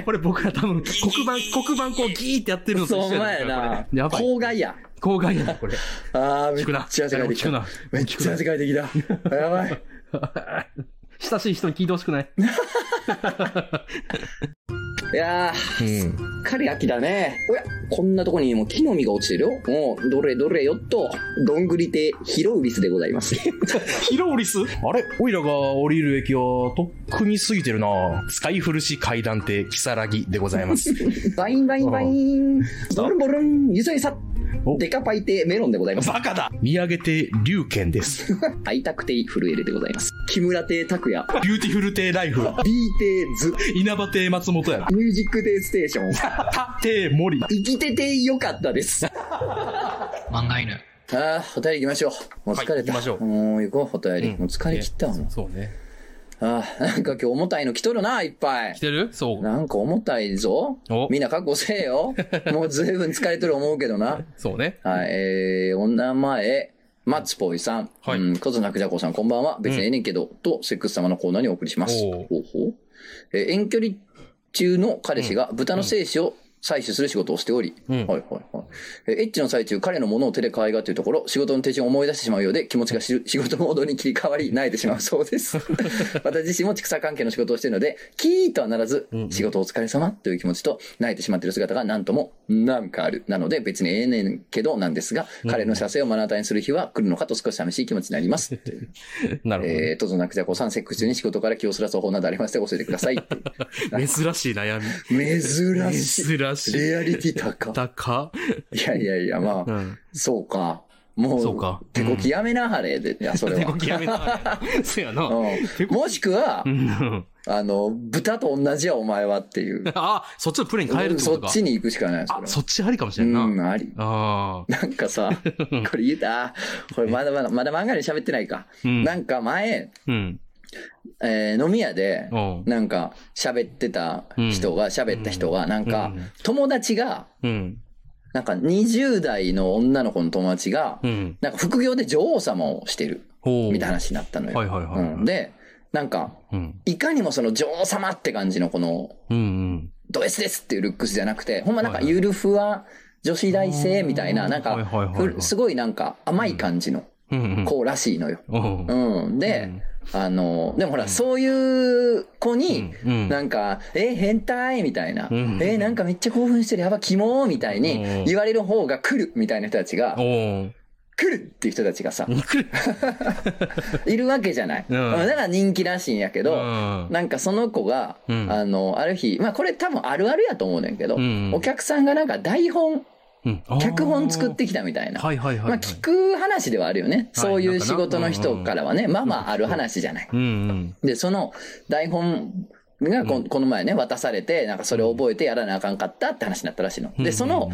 S2: これ僕ら多分、黒板、黒板こうギーってやってる
S1: ー
S2: のと
S1: そ
S2: 一緒
S1: うま
S2: やね
S1: や
S2: んか
S1: な
S2: こ。れやばい。
S1: 公害や。
S2: 公害やな、これ。
S1: ああ、めっ
S2: 聞 くな。
S1: ちゃ世界的
S2: 聞く
S1: だ。
S2: な。
S1: めっちゃ世界的だ。やばい。
S2: 親しい人に聞いてほしくない。
S1: いや
S2: う
S1: ー、す
S2: ん。
S1: っかり秋だね。おや、こんなとこにも木の実が落ちてるよ。もう、どれどれよっと、どんぐり亭ヒロウリスでございます。
S2: ヒローリスあれオイラが降りる駅は、とっくに過ぎてるな使い古し階段亭、キサラギでござい ます。
S1: バインバインバイン、ボルンボルン、ゆずえさ
S2: お、
S1: デカパイ亭メロンでござい ます。
S2: バカだ見上げて、龍拳です。
S1: 会いたくて震えるでございます。木村亭拓也、
S2: ビューティフル亭ライフ、
S1: B 亭ズ、
S2: 稲葉亭松本や、
S1: ミュージック亭ステーション、
S2: た亭森。
S1: 生きててよかった です。
S3: 漫画犬。
S1: あー、お便り行きましょう。もう疲れた。
S2: はい行きましょう
S1: もう行こう、お便り。もう疲れ切ったわもん。
S2: そうね。
S1: あー、なんか今日重たいの来とるな、いっぱい
S2: 来。てるそう。
S1: なんか重たいぞ
S2: お。
S1: みんな覚悟せえ よ。もうずいぶん疲れとる思うけどな。
S2: そうね。
S1: はい、えー、お名前、マッツポイさん。
S2: はい
S1: うん、コズナクジャコさん、こんばんは。別にええねんけど、と、セックス様のコーナーにお送りします。
S2: おう
S1: ほうほうえー遠距離中の彼氏が豚の精子を採取する仕事をしており、
S2: うん
S1: はいはいはい。えーエッチの最中、彼のものを手で可愛がっているところ、仕事の手順を思い出してしまうようで、気持ちが し仕事モードに切り替わり、泣いてしまうそうです。私自身も畜産関係の仕事をしているので、キーとはならず
S2: うんう、ん
S1: 仕事お疲れ様という気持ちと、泣いてしまっている姿がなんとも、なんかある。なので、別にええねんけどなんですが、
S2: うん
S1: 彼の射精を目の当たりにする日は来るのかと少し寂しい気持ちになります。という
S2: な
S1: えー、とぞなくじゃこさん、セックス中に仕事から気をそらす方法などありましたら教えてください。
S2: ほどね。珍しい悩み。
S1: 珍しい。
S2: 珍しい。
S1: レアリティ高。
S2: 高
S1: いやいやいや、まあ、
S2: ん。
S1: そうか。もう、
S2: そうか
S1: 手こきやめなはれで、いや、それは。
S2: やめな。せやな。
S1: うん、もしくは
S2: う、ん。
S1: あの、豚と同じや、お前はっていう。
S2: あ、そっちのプレイに変えるってこ
S1: そ
S2: と
S1: っ
S2: か。
S1: ちに行くしかない
S2: あ、
S1: そ
S2: そっちありかもし
S1: れ
S2: れんな。
S1: は。
S2: あ
S1: うん、あり。
S2: あ
S1: なんかさ、これ言うた、あーこれまだまだ、まだ漫画で喋ってないか。
S2: ー。うん。
S1: なんか前、
S2: うん。
S1: えー飲み屋で、
S2: おう
S1: なんか喋ってた人が、喋った人が、なんか
S2: うん、
S1: 友達が、
S2: うん。
S1: なんか20代の女の子の友達が、
S2: うん。
S1: なんか副業で女王様をしてる、
S2: ほう。
S1: みたいな話になったのよ。
S2: はいはいはいはい
S1: うんで、なんか、
S2: うん。
S1: いかにもその女王様って感じのこの、
S2: うんうん。
S1: ド S ですっていうルックスじゃなくて、ほんまなんか
S2: はいはい
S1: ゆるふわ女子大生みたいな、
S2: あー
S1: なん
S2: はいはい
S1: か
S2: はいはい
S1: ふ、すごいなんか甘い感じの
S2: うんうん。
S1: 子らしいのよ。
S2: う。ん。
S1: うん。で、あの、でもほら、そういう子に、
S2: うん。
S1: なんか、え、変態みたいな。
S2: うん
S1: え、なんかめっちゃ興奮してる、やば、キモーみたいに
S2: うん
S1: 言われる方が来るみたいな人たちが
S2: お、お。
S1: 来るっていう人たちがさ、
S2: 来る。
S1: いるわけじゃない。
S2: うん
S1: だから人気らしいんやけ
S2: う
S1: ど、
S2: ん。
S1: なんかその子が、
S2: うん
S1: あの、ある日、まあこれ多分あるあるやと思うねんけど、
S2: うん
S1: お客さんがなんか台本、脚本作ってきたみたいな。
S2: はいはいはい。
S1: まあ聞く話ではあるよね。そういう仕事の人からはね、まあまあある話じゃない。
S2: うんうん。
S1: で、その台本がここの前ね、渡されて、なんかそれを覚えてやらなあかんかったって話になったらしいの。で、その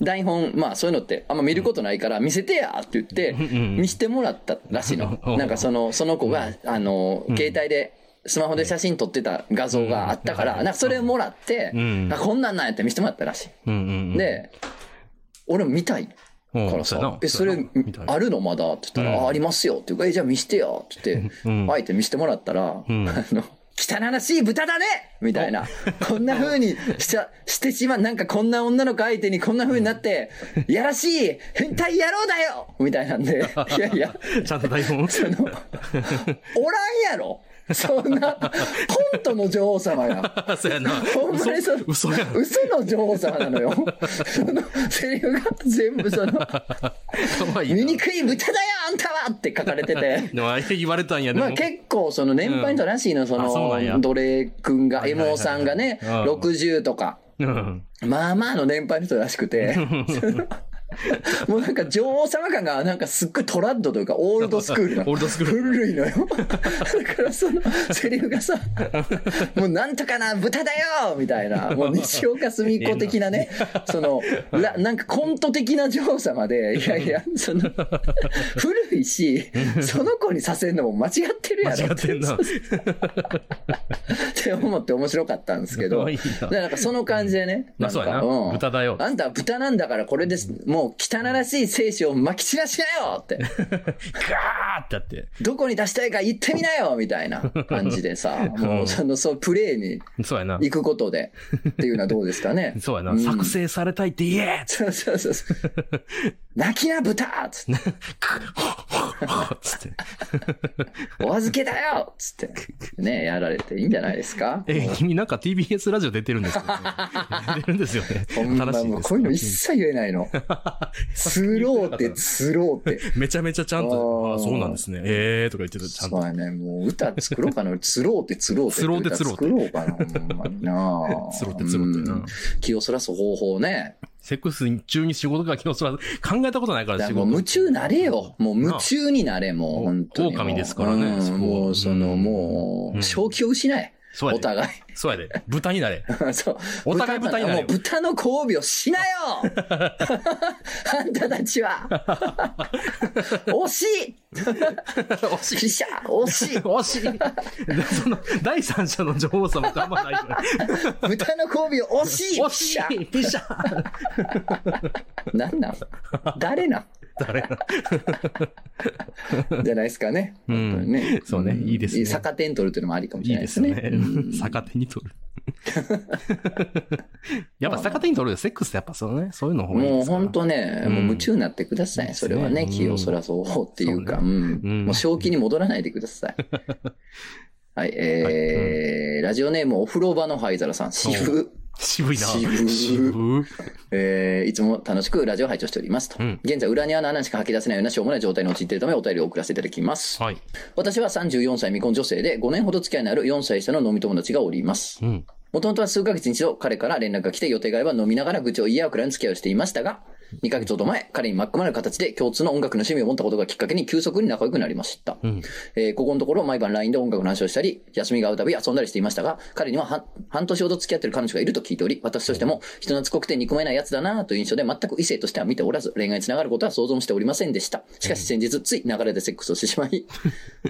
S1: 台本、まあそういうのってあんま見ることないから見せてやって言って、見
S2: 見。
S1: せてもらったらしいの
S2: うん
S1: なんかその、その子が、あの、
S2: うん
S1: 携帯で、スマホで写真撮ってた画像があったか
S2: う
S1: ら、
S2: ん
S1: なんかそれもらって、
S2: うん
S1: あこんなんなんやって見せてもらったらしい。で、俺も見たいからさ、え、それあるのまだって言った
S2: う
S1: ら、
S2: ん
S1: あ、ありますよっていうから、え、じゃあ見してよって言って、
S2: うん
S1: あえて見せてもらったら、
S2: う ん
S1: あの、汚らしい豚だねみたいな。こんな風にしちゃ、してしまう。なんかこんな女の子相手にこんな風になって、やらしい変態野郎だよみたいなん で、いやいや、
S2: ちゃんと台 本
S1: おらんやろそんな、コントの女王様が。
S2: そ うやな。
S1: ほんまにその
S2: 嘘やん。
S1: 嘘の女王様なのよ。その、セリフが全部その、
S2: 可愛い。
S1: 醜い豚だよあんたはって書かれて て。
S2: でもあれ言われたんやで
S1: ま
S2: も。
S1: あ結構その年配の人らしいの、そ
S2: あそうなんや
S1: の、奴隷君が、
S2: いはいはい
S1: MO さんがね、
S2: うん
S1: 60とか、
S2: うん。
S1: まあまあの年配の人らしくて、もうなんか女王様感がなんかすっごいトラッドというかオールドスクールな
S2: オールドスクール。
S1: 古いのよ。だからそのセリフがさ、もうなんとかな、豚だよみたいな、もう西岡澄子的なね、その、らなんかコント的な女王様で、いやいや、その、古いし、その子にさせるのも間違ってるや
S2: 間違
S1: ろ
S2: っ。てんな。
S1: って思って面白かったんですけど。
S2: いいな
S1: でなんかその感じでね。
S2: まあそうやな。
S1: んか
S2: 豚だよ。
S1: あんたは豚なんだからこれです。もう汚らしい精子を撒き散らしなよ って。
S2: ガーってやって。
S1: どこに出したいか言ってみなよみたいな感じでさ。 もうその、そう、プレイに
S2: そうやな。。
S1: 行くことでっていうのはどうですかね
S2: そうやな。
S1: うん
S2: 作成されたいって言え
S1: そうそうそうそう。 泣きな豚っつって。
S2: クッホッホッホッつって。
S1: お預けだよっつって。ね、やられていいんじゃないですか。
S2: え、君なんか TBS ラジオ出てるんですよね。 出てるんですよね。
S1: ほんま
S2: 新しい
S1: もう
S2: で
S1: こういうの一
S2: す。
S1: 切言えない の。スローって、スローって。
S2: めちゃめちゃちゃん
S1: あ
S2: と、
S1: ー
S2: あそうなんですね。えーとか言ってた、ちゃん
S1: そ
S2: と。
S1: うやね。もう歌作ろうかな。つろうてつろうて。
S2: つろうてつろうて
S1: 作ろうかな。ほんまに な
S2: つろってつろって
S1: うん
S2: な。
S1: 気をそらす方法ね。
S2: セックス中に仕事が気をそらず、考えたことないか
S1: だか
S2: ら
S1: ら
S2: 仕
S1: も
S2: 事。
S1: う夢中なれよ。もう夢
S2: な
S1: 中になれ、もう。
S2: お
S1: 本当にもう。
S2: 狼ですからね
S1: うん
S2: そこは
S1: もう、その、
S2: うん
S1: も
S2: うん
S1: う、正気を失え。
S2: そ
S1: お
S2: うやで。
S1: 互い。
S2: そうやで。豚になれ。
S1: そう。
S2: お互い豚になれ
S1: もう豚の交尾をし なよあんたたちは惜しい惜 しいピシャ惜しい
S2: 惜しいその、第三者の女王様ってあんまないから。
S1: 豚の交尾を惜しい
S2: 惜し
S1: ピシャ
S2: いピシャ
S1: なん なん誰なん
S2: 誰な
S1: じゃないですかね。
S2: うん
S1: 本当にね
S2: そうねいいですね
S1: 逆点取るというのもありかもし
S2: い
S1: れな
S2: い
S1: い
S2: で
S1: ですすね。
S2: ね
S1: うん。
S2: 逆手に取 る。やっぱ逆手に取るよ。セックスってやっぱそのね、そういうの方がいい
S1: も
S2: で
S1: う
S2: すから
S1: 本当ね、
S2: うん
S1: もう夢中になってください。それはね、
S2: ですね
S1: 気をそらそうっていうか、
S2: そう
S1: うん
S2: うん
S1: もう正気に戻らないでくだ さい。はい、えー、ラジオネームお風呂場の灰皿さん、渋。
S2: 渋いな。
S1: 渋い
S2: 渋い。
S1: えーいつも楽しくラジオ拝聴しておりますと。
S2: うん
S1: 現在、裏に穴しか吐き出せないようなしょうもない状態に陥っているためお便りを送らせていただきます。
S2: はい。
S1: 私は34歳未婚女性で5年ほど付き合いのある4歳下の飲み友達がおります。
S2: うん。
S1: もともとは数ヶ月に一度彼から連絡が来て予定があれば飲みながら愚痴を言い合うくらいの付き合いをしていましたが、2ヶ月ほど前、彼に巻き込まれる形で共通の音楽の趣味を持ったことがきっかけに急速に仲良くなりました。
S2: うん。
S1: えーここのところ毎晩 LINE で音楽の話をしたり、休みが合うたび遊んだりしていましたが、彼には半半年ほど付き合ってる彼女がいると聞いており、私としても人懐っこくて憎めない奴だなという印象で全く異性としては見ておらず、恋愛につながることは想像もしておりませんでした。しかし先日、つい流れでセックスをして しまい、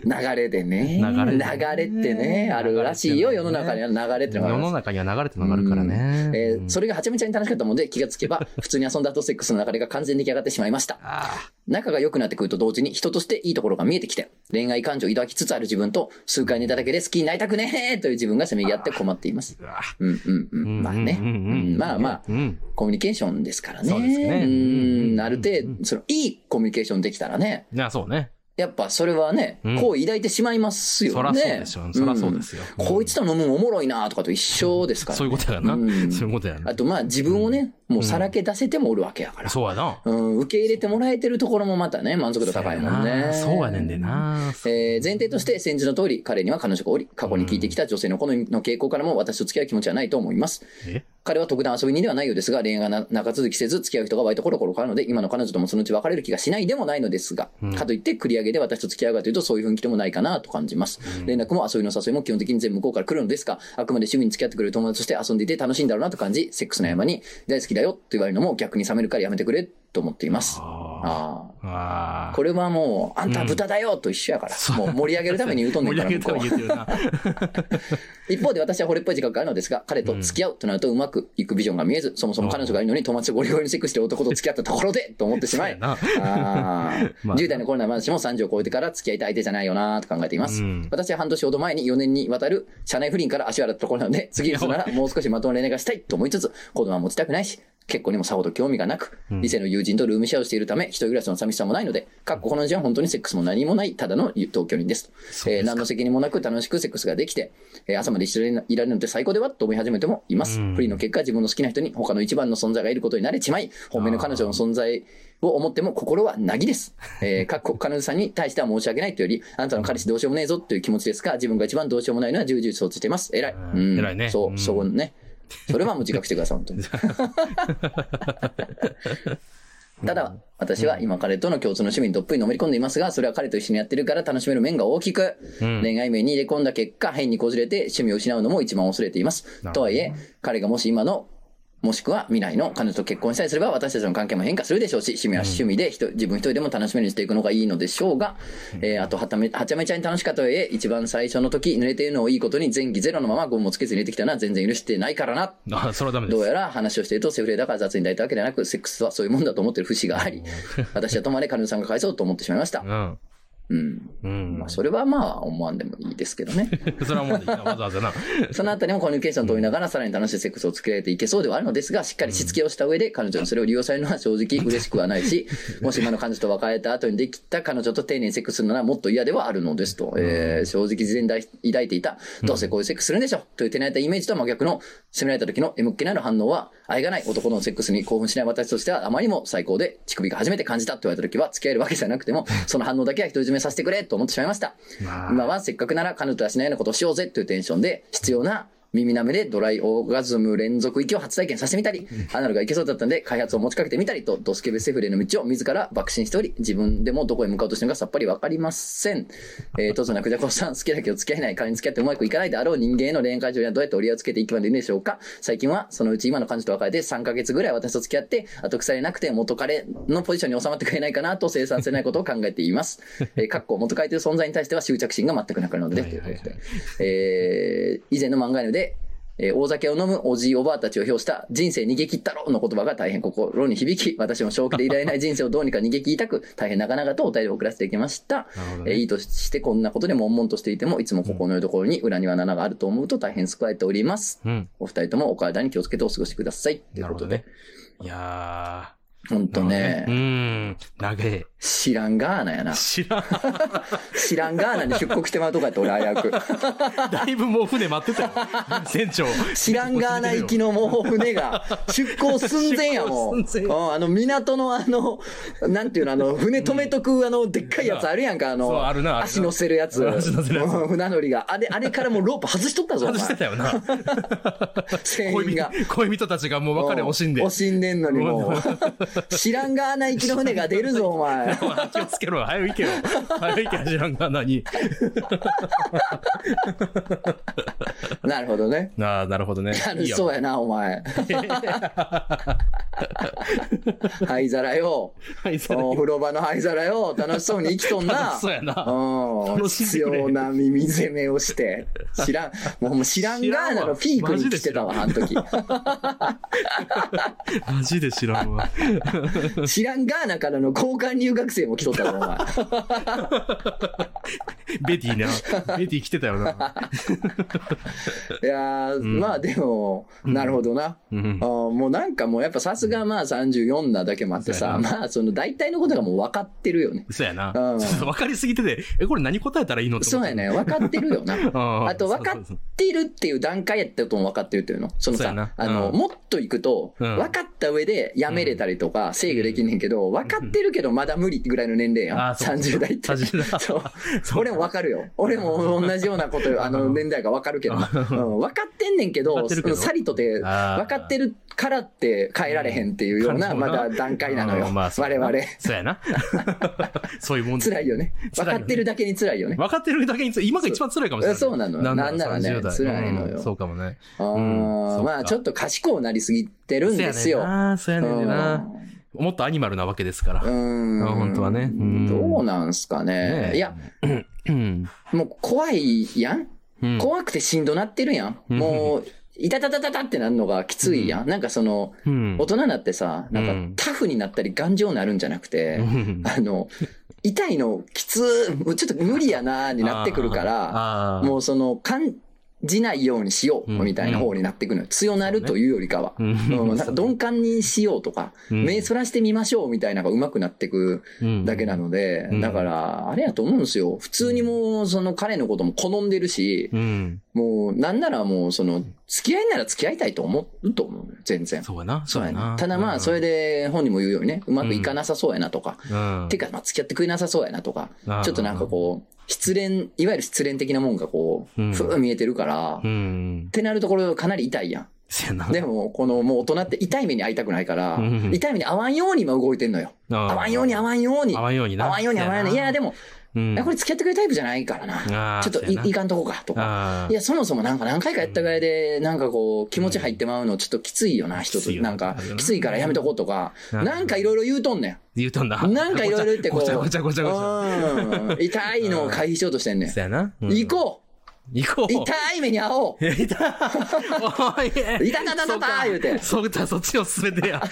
S1: 流れでね、
S2: 流れでね
S1: 流れってね、あるらしいよ、世の中には流れって
S2: 世
S1: のがあるんです
S2: の中には流れてるのがあるからね。
S1: えー
S2: うん
S1: それがはちゃめちゃに楽しかったもので、気がつけ ば、普通に遊んだ後、セックスの流れが完全に出来上がってしまいました。
S2: あ
S1: 仲が良くなってくると同時に、人としていいところが見えてきて、恋愛感情を抱きつつある自分と、数回寝ただけで好きになりたくねえという自分がせめぎ合って困っています。
S2: ーうわ
S1: うんうんう。
S2: うんん
S1: まあね。
S2: う
S1: うん
S2: うん
S1: んまあまあ、
S2: うん。
S1: コミュニケーションですからね。
S2: そうですね
S1: うん。ある程度、その、いいコミュニケーションできたらね、
S2: いや、そうね。
S1: やっぱそれはね、
S2: うん
S1: 好意抱いてしまいますよね。
S2: そらそうでしょ。そらそうですよ。
S1: うんこいつと飲むのおもろいなとかと一緒ですからね
S2: そういうことやな。
S1: うん
S2: そういうことやな
S1: あ。とまあ自分をね、もうさらけ出せてもおるわけやから。
S2: そうやな。
S1: うん、受け入れてもらえてるところもまたね、満足度高いもんね。
S2: そうやねんで。な。
S1: えー前提として先日の通り、彼には彼女がおり、過去に聞いてきた女性の好みの傾向からも私と付き合う気持ちはないと思います。
S2: え
S1: 彼は特段遊び人ではないようですが、恋愛がな長続きせず、付き合う人が割とコロコロ変わるので、今の彼女ともそのうち別れる気がしないでもないのですが、
S2: うん
S1: かといって繰り上げで私と付き合うかというと、そういう雰囲気でもないかなと感じます。連絡も遊びの誘いも基本的に全部向こうから来るのですが、あくまで趣味に付き合ってくれる友達として遊んでいて楽しいんだろうなと感じ、セックスの合間に、大好きだよと言われるのも逆に冷めるからやめてくれと思っています。
S2: あ
S1: あ
S2: ーあ
S1: あ。
S2: ー。
S1: これはもう、あんた豚だよと一緒やから、もう盛り上げるために言うとんね
S2: 盛
S1: ん
S2: り
S1: か
S2: 上
S1: ら、
S2: げた
S1: 向
S2: ら
S1: こう
S2: 言ってるな。
S1: 一方で私は惚れっぽい自覚があるのですが、彼と付き合うとなるとうまくいくビジョンが見えず、そもそも彼女がいるのに友達とゴリゴリにセックスしてる男と付き合ったところで、と思ってしま
S2: そうや
S1: い。
S2: な。
S1: あー
S2: まあ
S1: 10代の頃の私も30を超えてから付き合いたい相手じゃないよなと考えています。
S2: うん
S1: 私は半年ほど前に4年にわたる社内不倫から足を洗ったところなので、次こそならもう少しまともな恋愛がしたいと思いつつ、子供は持ちたくないし、結婚にもさほど興味がなく、
S2: うん
S1: 異性の友人とルームシェアをしているため、一人暮らしの寂しさもないので、かっここの時は本当にセックスも何もない、ただの同居人です。
S2: そう
S1: え
S2: で
S1: ー
S2: すか
S1: 何の責任もなく楽しくセックスができて、えー朝まで一緒にいられるのって最高ではと思い始めてもいます。
S2: うん
S1: 不倫の結果、自分の好きな人に他の一番の存在がいることに慣れちまい、本命の彼女の存在を思っても心はなぎ です。えー、かっこ彼女さんに対しては申し訳ないというより、あなたの彼氏どうしようもねえぞという気持ちですが、自分が一番どうしようもないのは重々承知しています。偉い。
S2: うん偉いね
S1: そうう、
S2: ん
S1: そ こね。それはもう自覚してください、本当に。ただ、私は今彼との共通の趣味にどっぷりのめり込んでいますが、それは彼と一緒にやってるから楽しめる面が大きく、
S2: うん
S1: 恋愛面に入れ込んだ結果、変にこじれて趣味を失うのも一番恐れています
S2: なるほど。
S1: とはいえ、彼がもし今の、もしくは未来の彼女と結婚したりすれば、私たちの関係も変化するでしょうし、趣味は趣味で、人自分一人でも楽しめるようにしていくのがいいのでしょうが、えーあとはため、はちゃめちゃに楽しかったとはいえ、一番最初の時、濡れているのをいいことに前期ゼロのままゴムもつけずに入れてきたのは全然許してないからな、
S2: あ、それはダメで
S1: どう
S2: す。
S1: やら話をしているとセフレだから雑に抱いたわけではなく、セックスはそういうもんだと思ってる節があり、私はとまで彼女さんが返そうと思ってしまいました
S2: う。ん。
S1: うん。
S2: うん
S1: まあ、。それはまあ、思わんでもいいですけどね。
S2: それはもういいなわざわざな。
S1: そのあたりもコミュニケーションを取りながら、さらに楽しいセックスを作れていけそうではあるのですが、しっかりしつけをした上で、彼女にそれを利用されるのは正直嬉しくはないし、もし今の彼女と別れた後にできた彼女と丁寧にセックスするならもっと嫌ではあるのですと、えー正直事前に抱いていた、どうせこういうセックスするんでしょという手慣れたイメージとは真逆の、責められた時の M っ気ないの反応は、愛がない男とのセックスに興奮しない私としてはあまりにも最高で、乳首が初めて感じたと言われた時は、付き合えるわけじゃなくても、その反応だけは独り占めさせてくれと思ってしまいました。
S2: まあ
S1: 今はせっかくなら彼女とはしないようなことをしようぜというテンションで必要な耳なめでドライオーガズム連続域を初体験させてみたり、アナルがいけそうだったので開発を持ちかけてみたりと、ドスケベセフレの道を自ら爆心しており、自分でもどこへ向かおうとしてるのかさっぱりわかりません。えー、とつなくじゃこさん、好きだけど付き合えない、仮に付き合ってうまくいかないであろう人間への恋愛感情にはどうやって折り合いをつけていけばいいんでしょうか最近はそのうち今の彼女と別れて3ヶ月ぐらい私と付き合って、後腐れなくて元彼のポジションに収まってくれないかなと生産性ないことを考えてい ます。えー、かっこ元彼という存在に対しては執着心が全くなくなるので、
S2: はい
S1: という
S2: はいはい
S1: ことで。えー以前の漫画犬で、えー大酒を飲むおじいおばあたちを表した人生逃げ切ったろの言葉が大変心に響き、私も正気でいられない人生をどうにか逃げ切りたく、大変長々とお便りを送らせていきました。
S2: なるほど
S1: えー
S2: ね
S1: いいとしてこんなことで悶々としていても、いつも心のよりどころに裏には7があると思うと大変救われております。
S2: うん。
S1: お二人ともお体に気をつけてお過ごしください。という
S2: なる
S1: こ
S2: ほ
S1: と
S2: ど
S1: で
S2: ね。。いや
S1: ほん
S2: ー。
S1: とね
S2: う、ん。長え。
S1: 知らんがーなやな。
S2: 知らん。
S1: 知らんがーなに出国してまうとかやって俺 危うく。
S2: だいぶもう船待ってたよ。船長。
S1: 知らんがーな行きのもう船が出港寸前やもん。
S2: 出
S1: う
S2: 港寸
S1: んあの港のあの、なんていうの、あの、船止めとくあの、でっかいやつあるやんか、あ
S2: そう
S1: の、
S2: あるなあるな
S1: 足乗せるやつ。
S2: うん足乗せるやつ
S1: うん船乗りが。あれ、あれからもうロープ外しとったぞ、お前
S2: 外してたよな。
S1: 船
S2: 恋
S1: 員
S2: 人
S1: が。、
S2: 恋人たちがもう別れ惜しんで
S1: う。惜しんでんのにも う。知らんがーな行きの船が出るぞ、お前。
S2: 気をつけろ。早いけよ。早いけよ、知らんがなに。
S1: なるほどね。
S2: ああ、なるほ どね。
S1: 楽
S2: いい
S1: し
S2: よ
S1: そうやな、お 前。灰皿 よ。
S2: は い、そ
S1: お風呂場の灰皿よ。楽しそうに生きとん
S2: う
S1: な。
S2: そうやな。
S1: うん。
S2: 楽しんで
S1: 必
S2: くれ
S1: 要な耳攻めをして。知らん、もうもう知らんがーなのピークに来てたわ、あの時。
S2: マジで知らん わ。
S1: 知らんがーなからの交換留学生も来とったぞ、お前。
S2: ベティな。ベティ来てたよ な。
S1: いやー、まあでも、なるほどな。
S2: うん
S1: あ。ーもうなんかもうやっぱさすがまあ34なだけもあって
S2: そうや
S1: さ、
S2: な
S1: まあその大体のことがもう分かってるよね。
S2: そうやな。ち
S1: う
S2: ょ
S1: ん
S2: っと分かりすぎてて、え、これ何答えたらいいのって
S1: そうやね、分かってるよな。
S2: あ
S1: あと分かってるっていう段階やったとも分かってるっていうの。その
S2: そ
S1: さ
S2: うやな、
S1: あの、
S2: うん
S1: もっといくと、
S2: うん
S1: 分かった上でやめれたりとか制御できんねんけど、分かってるけどまだ無理ぐらいの年齢やん。
S2: あーそう
S1: 30代って。
S2: 30代
S1: そう。
S2: そう
S1: 俺も分かるよ。俺も同じようなこと、 あの年代が分かるけど、うん分かってんねんけ
S2: 分か
S1: ど、
S2: ってるけど
S1: さりとて、分
S2: あー
S1: かってるからって変えられへんっていうような、
S2: うん感
S1: ま
S2: 情
S1: だ
S2: な
S1: 段階なのよ。
S2: うんまあそう
S1: 我
S2: やな
S1: 々。
S2: そう やな。そういうもんだ
S1: 辛いよね。
S2: 辛
S1: 分
S2: いよね
S1: かってるだけに辛いよね。
S2: 分かってるだけにつ、今が一番辛いかもしれない。
S1: そうそうなのよ
S2: だろう
S1: なんならね
S2: 30代
S1: 辛いのよ
S2: うんそうかもね。
S1: あ
S2: うん
S1: ー
S2: そっか
S1: まあちょっと賢くなりすぎてるんですよ。
S2: そうやねんな。そうやねんな。もっとアニマルなわけですから
S1: う。ん。
S2: あ本当はねうん
S1: どうなんすかね。
S2: ねえ
S1: いや、
S2: うん。
S1: もう怖いやん、
S2: うん
S1: 怖くてしんどなってるやん、
S2: うん
S1: もう、いたたたたたってなるのがきついやん、なんかその、
S2: うん
S1: 大人になってさ、
S2: う
S1: なん
S2: ん
S1: かタフになったり頑丈になるんじゃなくて、
S2: うん
S1: あの、痛いのきつーもうちょっと無理やなーになってくるから、
S2: あーあー
S1: もうその、感じないようにしよう、
S2: うん
S1: みたいな方になってくのよ。強なるというよりかは。
S2: うん
S1: うんなんか鈍感にしようとか、
S2: うん
S1: 目そらしてみましょうみたいなのが上手くなってくだけなので、
S2: うん
S1: だから、あれやと思うんですよ。普通にもう、その彼のことも好んでるし、
S2: うん。
S1: もう、なんならもう、その、付き合いなら付き合いたいと思うと思う。全然。
S2: そうやな。
S1: そうや
S2: な
S1: な。ただまあ、それ
S2: で、
S1: で本人も言うようにね、うまくいかなさそうやなとか、
S2: うん
S1: てか、まあ、付き合ってくれなさそうやなとか、
S2: あー
S1: ちょっとなんかこう、失恋、いわゆる失恋的なもんがこ
S2: うん
S1: う、ふう見えてるから、
S2: う
S1: っ
S2: ん。
S1: てなるところかなり痛いやん。
S2: せやな。
S1: でも、この、もう大人って痛い目に会いたくないから
S2: うん、
S1: 痛い目に遭わんように今動いてんのよ。
S2: あ
S1: 合
S2: あ
S1: わんように合わんように。
S2: 合わんようにな
S1: 合わんように合わんように。いや、でも、
S2: うん
S1: いやこれ付き合ってくれるタイプじゃないから
S2: あ
S1: な。
S2: ー
S1: ちょっと
S2: そうやない
S1: いかんとこか、とか。
S2: ああ
S1: いや、そもそもなんか何回かやったぐらいで、なんかこう、気持ち入ってまうのちょっときついよな、人
S2: きつ
S1: と
S2: い。よ
S1: なんか
S2: あるよ、な
S1: きついからやめとこうとか、
S2: うん
S1: なんかいろいろ言うとんね
S2: 言うとんだ。
S1: ん。なんかいろいろ言ってこう。
S2: ごちゃごちゃごちゃごちゃご
S1: うん痛いのを回避しようとしてんねん
S2: ちゃ。。せやな。うん
S1: 行こ
S2: 行こ
S1: う
S2: う
S1: 痛い目に遭おう
S2: いやいたおい
S1: いたたたたた言うて
S2: そうか、そっちを進めてや。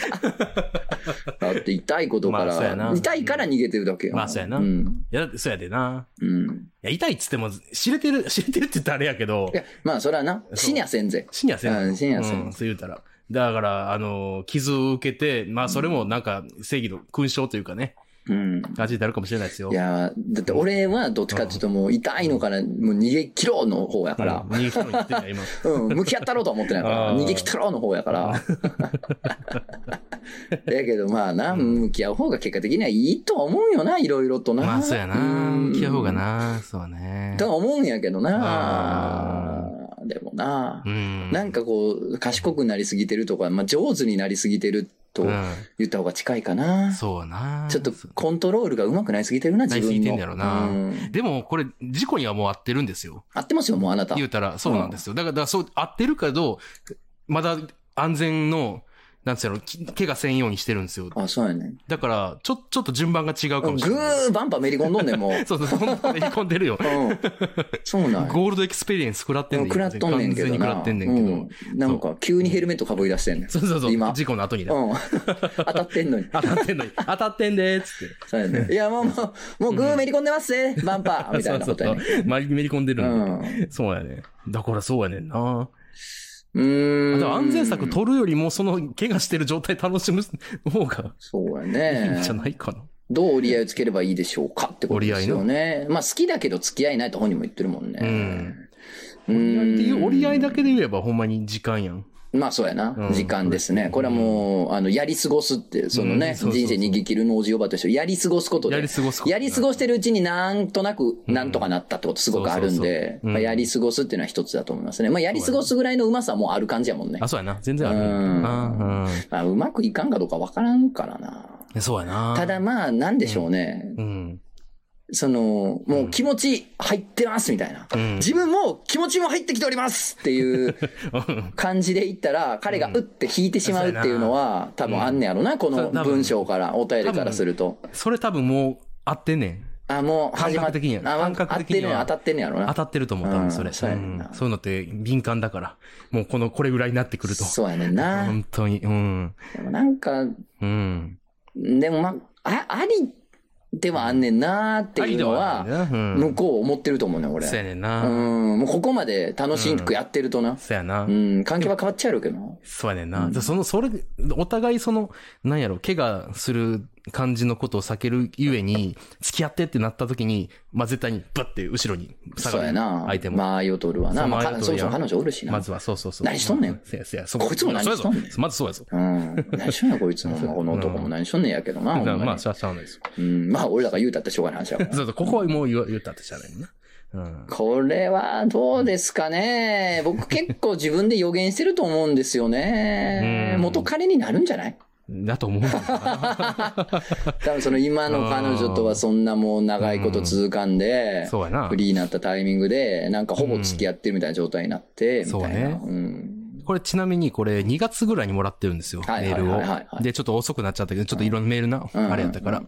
S1: だって痛いことか
S2: まあそうや
S1: ら
S2: な、
S1: 痛いから逃げてるだけよ。。
S2: まあそうやなんいや、だってそうやでな。
S1: うん。
S2: いや、痛いっつっても、知れてる、 知れてるって言ったらあれやけど
S1: い、や、まあそれはな、死にゃせんぜ。
S2: 死にはせんの。
S1: うん死にはせん
S2: うんそう言うたら。だから、あの、傷を受けて、まあ、それもなんか、正義の勲章というかね、
S1: うん。
S2: 感じになるかもしれないですよ。
S1: いやー、だって俺はどっちかっていうともう痛いのからもう逃げ切ろうの方や
S2: う
S1: か
S2: ん、
S1: ら、
S2: 逃げ切ろう言ってな い、今。
S1: うん、向き合ったろうとは思ってないか
S2: あ
S1: ら、
S2: ー
S1: 逃げ切ったろうの方やから。 だけどまあな、向き合う方が結果的にはいいとは思うよな、いろいろとな。
S2: まあ、そうやな。
S1: ん
S2: 向き合う方が。な。そうね。
S1: とは思うんやけどな
S2: あ。
S1: でもな
S2: う、ん。
S1: なんかこう、賢くなりすぎてるとか、まあ上手になりすぎてると
S2: う
S1: 言った方が近いかな。
S2: ん。そうやな。
S1: ちょっとコントロールが上手くなりすぎてるな、自分の。
S2: なりすぎてんだろうな
S1: うん
S2: でも、これ、事故にはもう合ってるんですよ。
S1: 合ってますよ、もうあなた。
S2: 言うたら、そうなんですよ。だから、だからそう、合ってるけど、まだ安全の、なんつうの、き怪我せんようにしてるんですよ。
S1: あ、そうやね。
S2: だから、ちょ、ちょっと順番が違う
S1: グ
S2: かもしれない。
S1: ーバンパーめり込んどんねん、もう。
S2: そうそう、そんなの入り込んでるよ。
S1: うん。そうなんや
S2: ゴールドエクスペリエンス食らってん
S1: う
S2: ね
S1: ん
S2: ん。
S1: 食らっとんねんけどな。
S2: 完全に食らってんねんけど。
S1: うんなんか、急にヘルメットかぶり出してんねん。
S2: そうそうそう、
S1: 今。
S2: 事故の後にだ。
S1: うん。当たってんのに。
S2: 当たってんの に、当たってんでーっつって。
S1: そうやね。いや、もう、もう、もうグーめり込んでますね、バンパーみた
S2: そ
S1: いうな
S2: そ
S1: こ
S2: う
S1: と
S2: そ
S1: や
S2: う
S1: ね。。
S2: まりめり込んでる
S1: うん
S2: だ。
S1: ん。
S2: そうやね。だからそうやねんな。
S1: うー
S2: あ
S1: ん。
S2: と安全策取るよりも、その、怪我してる状態楽しむ方が
S1: そうや
S2: いいん
S1: ね
S2: じゃ。ないかな。
S1: どう折り合いをつければいいでしょうかってことですよね。まあ好きだけど付き合いないと本人も言ってるもんね。
S2: うん
S1: うーん。折
S2: 折り合いっていう折り合いだけで言えばほんまに時間やん。
S1: まあそうやな、
S2: うん
S1: 時間ですね。これはもう、あの、やり過ごすって、その
S2: う
S1: ね、
S2: んそうそうそう
S1: 人生逃げ切るのおじおばとして、やり過ごすことで。
S2: やり過ごすこと
S1: やり過ごしてるうちになんとなく、なんとかなったってことすごくあるん
S2: そうそう
S1: で
S2: そ、ううん
S1: まあやり過ごすっていうのは一つだと思いますね。まあやり過ごすぐらいのうまさもある感じやもんね
S2: あ、。そうやな。全然ある
S1: うん
S2: な。
S1: まあうまくいかんかどうかわからんからな。
S2: うん。そうやな。
S1: ただ、まあ、なんでしょうね。
S2: うん。
S1: その、もう気持ち入ってますみたいな。
S2: ん
S1: 自分も気持ちも入ってきておりますって いう
S2: うん
S1: 感じで言ったら、彼がうって引いてしまうっていうのは、多分あんねやろな、この文章から、お便りからすると。
S2: それ多分もう合ってんねん。
S1: あ、もう始まっ
S2: 感覚的には
S1: あ
S2: 感覚的には
S1: 当たってんねや当たってんねやろな。
S2: 当たってると思う、多分そ
S1: うん
S2: れ。ん
S1: そうやねんな
S2: そういうのって敏感だから。もうこの、これぐらいになってくると。
S1: そうやねんな。
S2: 本当に。うん。
S1: でもなんか、
S2: うん。
S1: でもまあ、あありではあんねんなっていうの
S2: あ
S1: は
S2: りで、はあるんだよなう
S1: 向
S2: ん。
S1: こう思ってると思うねん、俺
S2: そう。やねん
S1: う
S2: な。
S1: ん、もうここまで楽しくやってるとな。
S2: そうやな
S1: う。ん、環境は変わっちゃうやろうけどな。
S2: そうやねんな。でその、それ、お互いその、なんやろ、怪我する感じのことを避けるゆえに、付き合ってってなった時に、まあ、絶対に、バッて後ろに下
S1: そう
S2: が
S1: や
S2: る。
S1: な。
S2: 相手も。
S1: まあ、よとるわな。
S2: そう
S1: まあ、
S2: 間合い
S1: か
S2: を
S1: そ
S2: 取
S1: も
S2: る
S1: そ
S2: やん
S1: も彼女おるしな。
S2: まずは、そうそうそう。
S1: 何しとんねん
S2: せやせや、そ
S1: こいつも何しとんねん
S2: そうやぞまずそうやぞ。
S1: うん。何しとんねん、こいつ も。この男も何しとんねんやけどな。ほんま
S2: だから
S1: に
S2: まあ、しゃあしゃあないですよ。
S1: うん、まあ、俺らが言うたってしょうがない話 やから
S2: そうそう、ここはもう言わ言ったってしゃあないね。うん。
S1: これはどうですかね。僕結構自分で予言してると思うんですよね。
S2: うん
S1: 元彼になるんじゃない
S2: だと思うんだよ な
S1: 多分その今の彼女とはそんなもう長いこと続かんで、
S2: そうやな
S1: フ。リーになったタイミングで、なんかほぼ付き合ってるみたいな状態になって、み
S2: うん
S1: たいな。
S2: そうね
S1: うん。
S2: これちなみにこれ2月ぐらいにもらってるんですよ、メ
S1: はい
S2: ー
S1: はい
S2: ル
S1: はいはいはい
S2: を。で、ちょっと遅くなっちゃったけど、ちょっといろんなメールな、
S1: うん
S2: あれやったか
S1: う
S2: ら。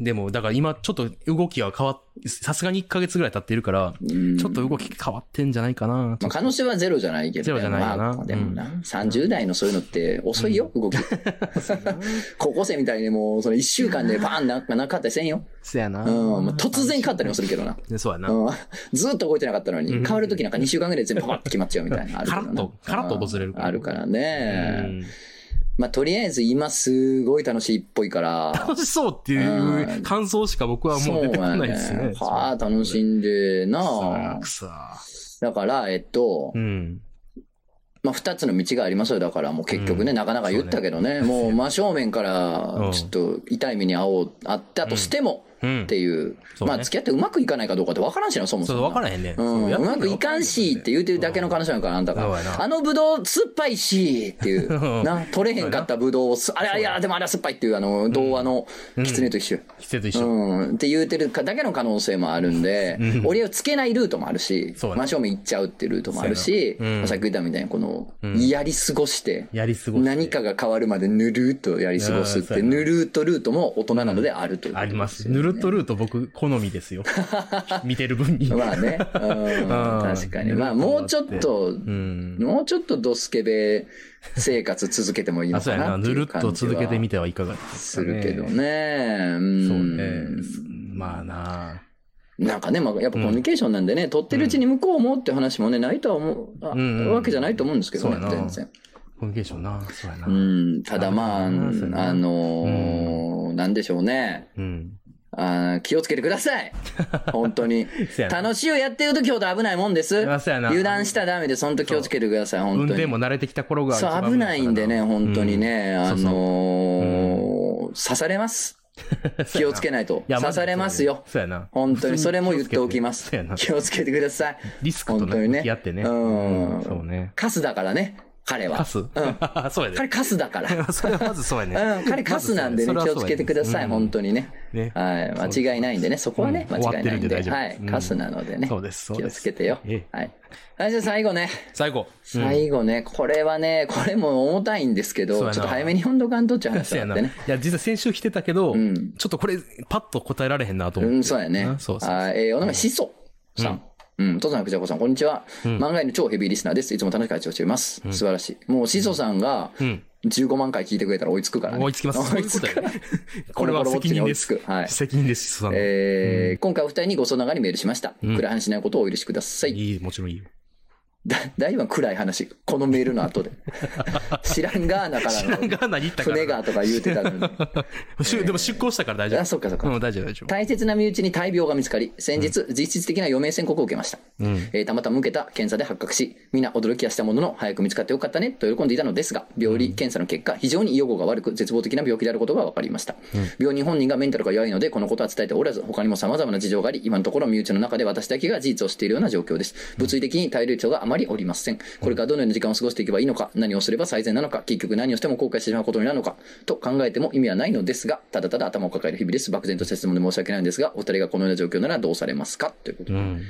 S2: でも、だから今ちょっと動きは変わっ、さすがに1ヶ月ぐらい経っているから、ちょっと動き変わってんじゃないかな。
S1: まあ、可能性はゼロじゃないけど、
S2: ゼロじゃないよな
S1: まあでもな、30代のそういうのって遅いよ、動 き。高校生みたいにもう、その1週間でバーンなんかなかったりせんよ。
S2: そやな
S1: うん、まあ突然変わったりもするけどな。
S2: でそうやな。
S1: うん、ずっと動いてなかったのに、変わるときなんか2週間ぐらいで全部パパッと決まっちゃうみたいな。あるからな
S2: カラッとカラッと訪れる
S1: あるから
S2: う
S1: ね。
S2: ん
S1: まあ、とりあえず今すごい楽しいっぽい から。
S2: 楽しそうっていう感想しか僕はもう出てこないですね。
S1: はあ、楽しんでなあ
S2: くそ
S1: だから、えっと
S2: う、ん。
S1: まあ、二つの道がありますよ。だから、もう結局ね、
S2: うん
S1: なかなか言ったけどね、もう真正面から、ちょっと痛い目に遭おう、あったとしても、
S4: うん
S1: っていう。
S2: そうね
S1: まあ、付き合ってうまくいかないかどうかって分からんしな、そも
S2: そ
S1: そうも。
S2: そう、分からへんね。
S1: うん、うまくいかんしって言うてるだけの彼女やから、あんた
S2: そうやな
S1: が。あのぶどう酸っぱいしっていう。な、取れへんかったぶどうをす、あれ、あれ、いや、でもあれは酸っぱいっていう、あの、童話の狐と一緒。
S2: 季節一
S1: う
S2: 緒。
S1: ん、って言うてるかだけの可能性もあるんで、折り合いをつけないルートもあるし、
S2: そうやな
S1: 真正面行っちゃうっていうルートもあるし、
S2: そうやなうん
S1: さっき言ったみたいに、この、やり過ごして、
S2: やり過ごす。
S1: 何かが変わるまでぬるーっとやり過ごすっ
S2: うんそう
S1: て、
S2: やな
S1: ぬるーっとルートも大人なのであるという、
S2: あります。ぬるっとルート僕、好みで すよ。見てる分に。
S1: まあね、うん、
S2: うん
S1: 確かに。まあ、もうちょっと、
S2: うん。
S1: もうちょっとドスケベ生活続けてもいいの
S2: あ、そう
S1: か
S2: や
S1: な
S2: な。
S1: って
S2: ぬ
S1: い
S2: る
S1: う
S2: っ
S1: 感じ
S2: と
S1: は
S2: 続けてみてはいかがですかね
S1: するけど。ね。うん
S2: そうね。まあな
S1: なんかね、まあ、やっぱコミュニケーションなんでね、取ってるうちに向こうもって話もね、ないとは思う、あ
S2: うんうん
S1: わけじゃないと思うんですけどね
S2: そうや、な
S1: 全然。
S2: コミュニケーションなそうやな。
S1: うん、ただまあ、あ
S2: なるほどな
S1: のーなんでしょうね。
S2: うん。
S1: あー気をつけてくださ い本当に
S2: せや。な
S1: 楽しいをやってるときほど危ないもんです。
S2: あそうやな
S1: 油断したらダメで、その時気をつけてください、
S2: 運
S1: 本当
S2: 転
S1: に。
S2: も慣れてきた頃が一
S1: そ
S2: 番
S1: う、危ないんでね、本当に。ね、
S2: ん
S1: あ
S2: そうそう
S1: のー刺されます。
S2: うん
S1: 気をつけないと。
S2: いやマ
S1: 刺
S2: ジで
S1: されますよ。
S2: そうやな。
S1: 本当に、それも言っておきます
S2: そうやな。。
S1: 気をつけてください。
S2: リスクと
S1: 本当に
S2: ね、
S1: ね
S2: 付き合ってね。
S1: うん
S2: うんそうね。
S1: カスだからね、彼は。
S2: カス そうやで
S1: 彼。カスだから。
S2: それはまずそうやね。
S1: うん、彼カスなんでね、
S2: ま
S1: 気
S2: ずそうや
S1: をつけてください、本当にね。
S2: ね
S1: はい、間違いないんでね、そこはね、
S2: うん
S1: 間違いないん
S2: 終わ
S1: で。
S2: ってるんで大丈夫
S1: はい
S2: うん、
S1: カスなのでね。
S2: そうですそう
S1: 気
S2: で
S1: を
S2: す
S1: つけてよ
S2: え。
S1: はい。はい、じゃあ最後ね。
S2: 最後。うん
S1: 最後ね、これはね、これも重たいんですけど、
S2: そ
S1: ち
S2: う
S1: ょ
S2: や
S1: っ
S2: な
S1: と早めに読んどかんとっちゃう
S2: そ
S1: 話が
S2: うや
S1: あっ
S2: な。
S1: て
S2: い
S1: ね。
S2: や、実は先週来てたけど、
S1: ん
S2: ちょっとこれ、パッと答えられへんなと思
S1: う
S2: って。
S1: ん、そうやね。
S2: あそうそうそう
S1: はい、えーお名前、しそさん。うん、登山くじゃこさん、こんにちは。漫画への超ヘビーリスナーです。いつも楽しく会長しています。素晴らしい。もう、しそさんが、
S2: ん
S1: 15万回聞いてくれたら追いつくからね。
S2: 追いつきます。
S1: 追いつく
S2: そういうことやねこれは責任です
S1: この頃ウォッチに追いつ。くはい
S2: 責任です、そんなの
S1: えー今回お二人にご相談がありメールしました。暗い話しないことをお許しください。
S2: いい、もちろんいいよ。
S1: だ大は暗い話。このメールの 後で。知らんがーなか
S2: 知ら
S1: ら
S2: ん
S1: の。
S2: が何言ったから。
S1: 船がとか言うてたの に。
S2: しゅでも出航したから大丈夫。
S1: あそっかそっか
S2: うん、大丈夫、大丈夫。
S1: 大切な身内に大病が見つかり、先日、実質的な余命宣告を受けました。えーたまたま受けた検査で発覚し、皆驚きはしたものの、早く見つかってよかったねと喜んでいたのですが、病理検査の結果、非常に予後が悪く、絶望的な病気であることが分かりました。病人本人がメンタルが弱いので、このことは伝えておらず、他にも様々な事情があり、今のところ身内の中で私だけが事実を知っているような状況です。物理的に対流長があまりおりません。これからどのような時間を過ごしていけばいいのか、何をすれば最善なのか、結局何をしても後悔してしまうことになるのか、と考えても意味はないのですが、ただただ頭を抱える日々です。漠然とした質問で申し訳ないんですが、お二人がこのような状況ならどうされますかということで。
S2: うん。